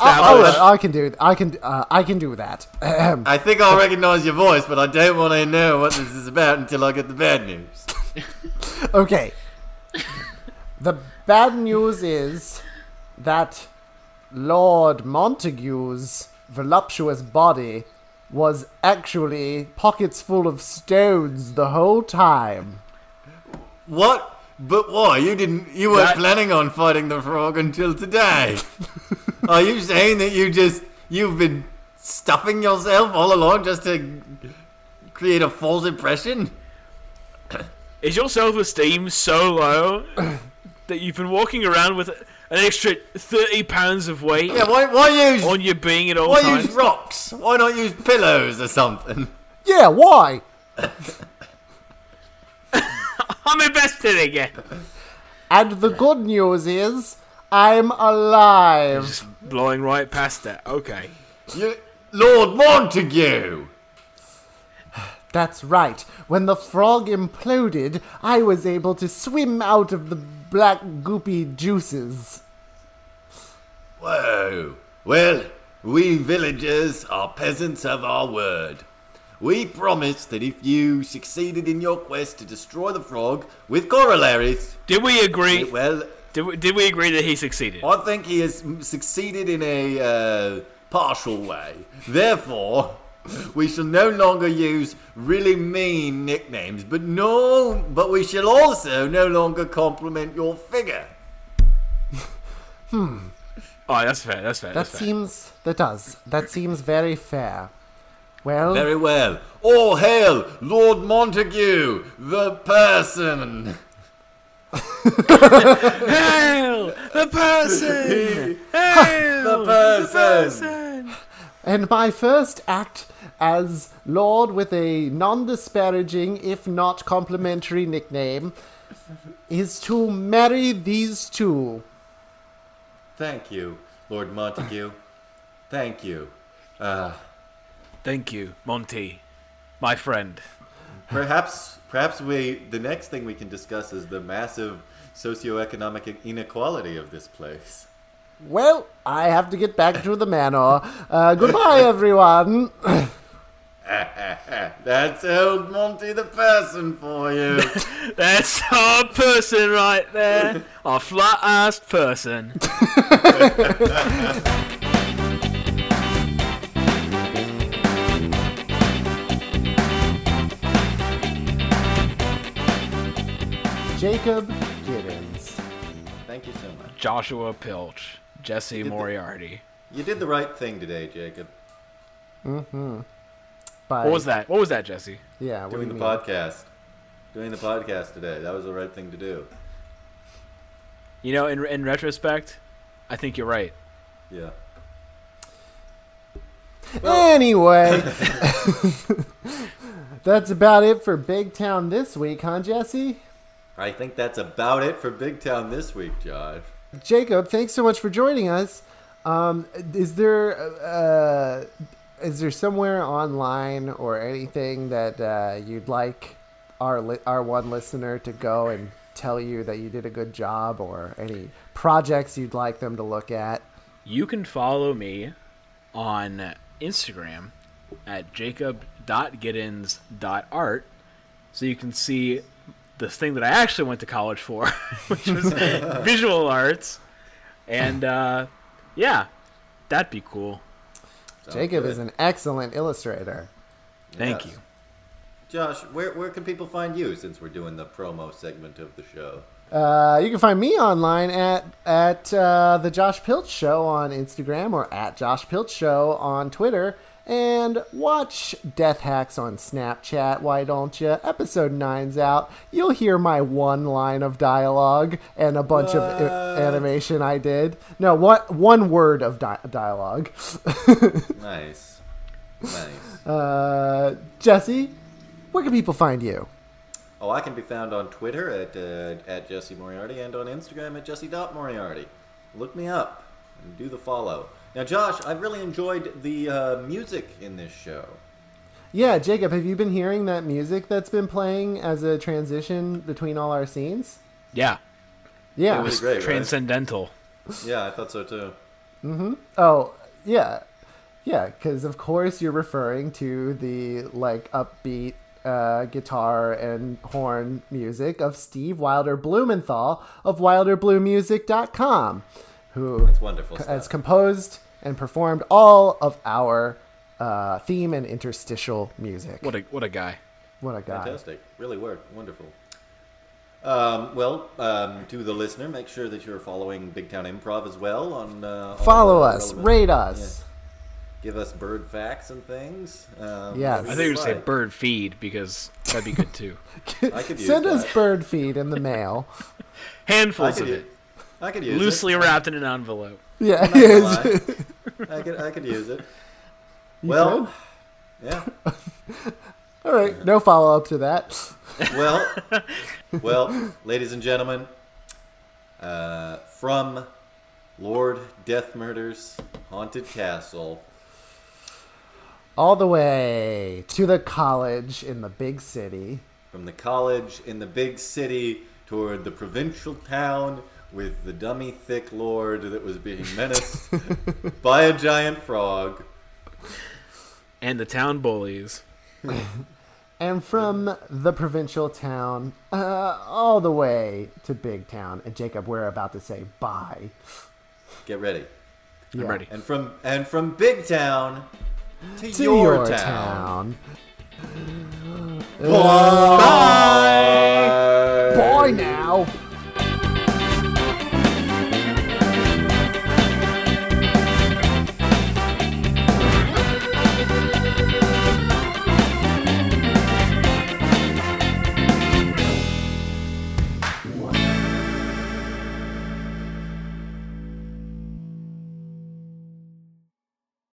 [SPEAKER 3] established.
[SPEAKER 2] right, I can do. I can. Uh, I can do that. Ahem.
[SPEAKER 1] I think I'll recognize your voice, but I don't want to know what this is about until I get the bad news.
[SPEAKER 2] okay. the bad news is that Lord Montague's voluptuous body was actually pockets full of stones the whole time.
[SPEAKER 1] What? But why? You didn't. You weren't
[SPEAKER 3] That-
[SPEAKER 1] planning on fighting the frog until today. Are you saying that you just you've been stuffing yourself all along just to create a false impression?
[SPEAKER 3] Is your self-esteem so low that you've been walking around with an extra thirty pounds of weight
[SPEAKER 1] Yeah. Why? Why use?
[SPEAKER 3] on your being at all
[SPEAKER 1] Why
[SPEAKER 3] times?
[SPEAKER 1] use rocks? Why not use pillows or something?
[SPEAKER 2] Yeah, why?
[SPEAKER 3] I'm invested again.
[SPEAKER 2] And the good news is I'm alive.
[SPEAKER 3] Just blowing right past that. Okay.
[SPEAKER 1] You, Lord Montague.
[SPEAKER 2] That's right. When the frog imploded, I was able to swim out of the black goopy juices.
[SPEAKER 1] Whoa. Well, we villagers are peasants of our word. We promise that if you succeeded in your quest to destroy the frog with corollaries,
[SPEAKER 3] Did we agree?
[SPEAKER 1] well,
[SPEAKER 3] Did we, did we agree that he succeeded?
[SPEAKER 1] I think he has succeeded in a uh, partial way. Therefore, we shall no longer use really mean nicknames, but no, but we shall also no longer compliment your figure.
[SPEAKER 3] Oh, that's fair. That's fair.
[SPEAKER 2] That
[SPEAKER 3] That's fair.
[SPEAKER 2] seems that does. That seems very fair. Well,
[SPEAKER 1] Very well. All hail Lord Montague, the person.
[SPEAKER 3] Hail the person!
[SPEAKER 1] The person.
[SPEAKER 2] and my first act as Lord with a non-disparaging, if not complimentary nickname, is to marry these two.
[SPEAKER 1] Thank you, Lord Montague. Thank you.
[SPEAKER 3] Thank you, Monty, my friend.
[SPEAKER 1] Perhaps, perhaps we. The next thing we can discuss is the massive socioeconomic inequality of this place.
[SPEAKER 2] Well, I have to get back to the manor. Uh, goodbye, everyone.
[SPEAKER 1] That's old Monty the person for you.
[SPEAKER 3] That's our person right there. Our flat-assed person.
[SPEAKER 2] Jacob Giddens.
[SPEAKER 1] Thank you so much.
[SPEAKER 3] Joshua Pilch, Jesse Moriarty.
[SPEAKER 1] You did the right thing today, Jacob.
[SPEAKER 2] By,
[SPEAKER 3] What was that? What was that, Jesse?
[SPEAKER 2] Yeah, what do
[SPEAKER 1] Doing
[SPEAKER 2] you
[SPEAKER 1] the
[SPEAKER 2] mean?
[SPEAKER 1] podcast. Doing the podcast today. That was the right thing to do.
[SPEAKER 3] You know, in in retrospect, I think you're right.
[SPEAKER 1] Yeah.
[SPEAKER 2] Anyway, that's about it for Big Town this week, huh, Jesse?
[SPEAKER 1] I think that's about it for Big Town this week, Josh.
[SPEAKER 2] Jacob, thanks so much for joining us. Um, is there uh, is there somewhere online or anything that uh, you'd like our li- our one listener to go and tell you that you did a good job, or any projects you'd like them to look at?
[SPEAKER 3] You can follow me on Instagram at jacob.giddens.art so you can see this thing that I actually went to college for, which was visual arts. And uh, yeah, that'd be cool.
[SPEAKER 1] Sounds
[SPEAKER 2] Jacob
[SPEAKER 1] good.
[SPEAKER 2] is an excellent illustrator.
[SPEAKER 3] Thank
[SPEAKER 1] Yes.
[SPEAKER 3] you.
[SPEAKER 1] Josh, where, where can people find you since we're doing the promo segment of the show?
[SPEAKER 2] Uh, you can find me online at at uh, the Josh Pilch Show on Instagram or at Josh Pilch Show on Twitter, and watch Death Hacks on Snapchat. Why don't you? Episode nine's out. You'll hear my one line of dialogue and a bunch of i- animation I did. No, what one word of di- dialogue?
[SPEAKER 1] Nice. Nice.
[SPEAKER 2] uh, Jesse, where can people find you?
[SPEAKER 1] Oh, I can be found on Twitter at, uh, at Jesse Moriarty and on Instagram at Jesse.Moriarty. Look me up and do the follow. Now, Josh, I've really enjoyed the uh, music in this show.
[SPEAKER 2] Yeah, Jacob, have you been hearing that music that's been playing as a transition between all our scenes?
[SPEAKER 3] Yeah,
[SPEAKER 2] Yeah.
[SPEAKER 1] It was great, right?
[SPEAKER 3] transcendental.
[SPEAKER 1] Yeah, I thought so too.
[SPEAKER 2] Oh, yeah. Yeah, because of course you're referring to the like upbeat uh, guitar and horn music of Steve Wilder Blumenthal of WilderBluemusic.com, who
[SPEAKER 1] It's wonderful stuff.
[SPEAKER 2] has composed and performed all of our uh, theme and interstitial music.
[SPEAKER 3] What a what a guy.
[SPEAKER 2] What a guy.
[SPEAKER 1] Fantastic. Really worked. Wonderful. Um, well, um, to the listener, make sure that you're following Big Town Improv as well. On uh, all
[SPEAKER 2] Follow
[SPEAKER 1] the
[SPEAKER 2] us,
[SPEAKER 1] relevant-
[SPEAKER 2] rate us.
[SPEAKER 1] yeah. give us bird facts and things. Um,
[SPEAKER 2] Yes.
[SPEAKER 1] we
[SPEAKER 3] I think you
[SPEAKER 1] would
[SPEAKER 3] say
[SPEAKER 1] like.
[SPEAKER 3] bird feed because that'd be good too.
[SPEAKER 1] I could use
[SPEAKER 2] Send
[SPEAKER 1] that.
[SPEAKER 2] us bird feed in the mail.
[SPEAKER 1] I
[SPEAKER 3] Handfuls
[SPEAKER 1] could,
[SPEAKER 3] of
[SPEAKER 1] use,
[SPEAKER 3] it,
[SPEAKER 1] I could use
[SPEAKER 3] loosely wrapped in an envelope.
[SPEAKER 2] Yeah.
[SPEAKER 1] it. Not gonna lie. I could. I could use it. well, yeah.
[SPEAKER 2] all right. No follow up to that.
[SPEAKER 1] well, well, ladies and gentlemen, uh, from Lord Death Murder's haunted castle.
[SPEAKER 2] all the way to the college in the big city.
[SPEAKER 1] from the college in the big city toward the provincial town with the dummy thick lord that was being menaced by a giant frog.
[SPEAKER 3] And the town bullies.
[SPEAKER 2] And from the provincial town uh, all the way to big town. And Jacob, we're about to say bye.
[SPEAKER 1] Get ready.
[SPEAKER 2] Yeah.
[SPEAKER 3] I'm ready.
[SPEAKER 1] And from and from big town to,
[SPEAKER 2] To
[SPEAKER 1] your,
[SPEAKER 2] your
[SPEAKER 1] town.
[SPEAKER 2] town.
[SPEAKER 1] Bye.
[SPEAKER 2] Bye now.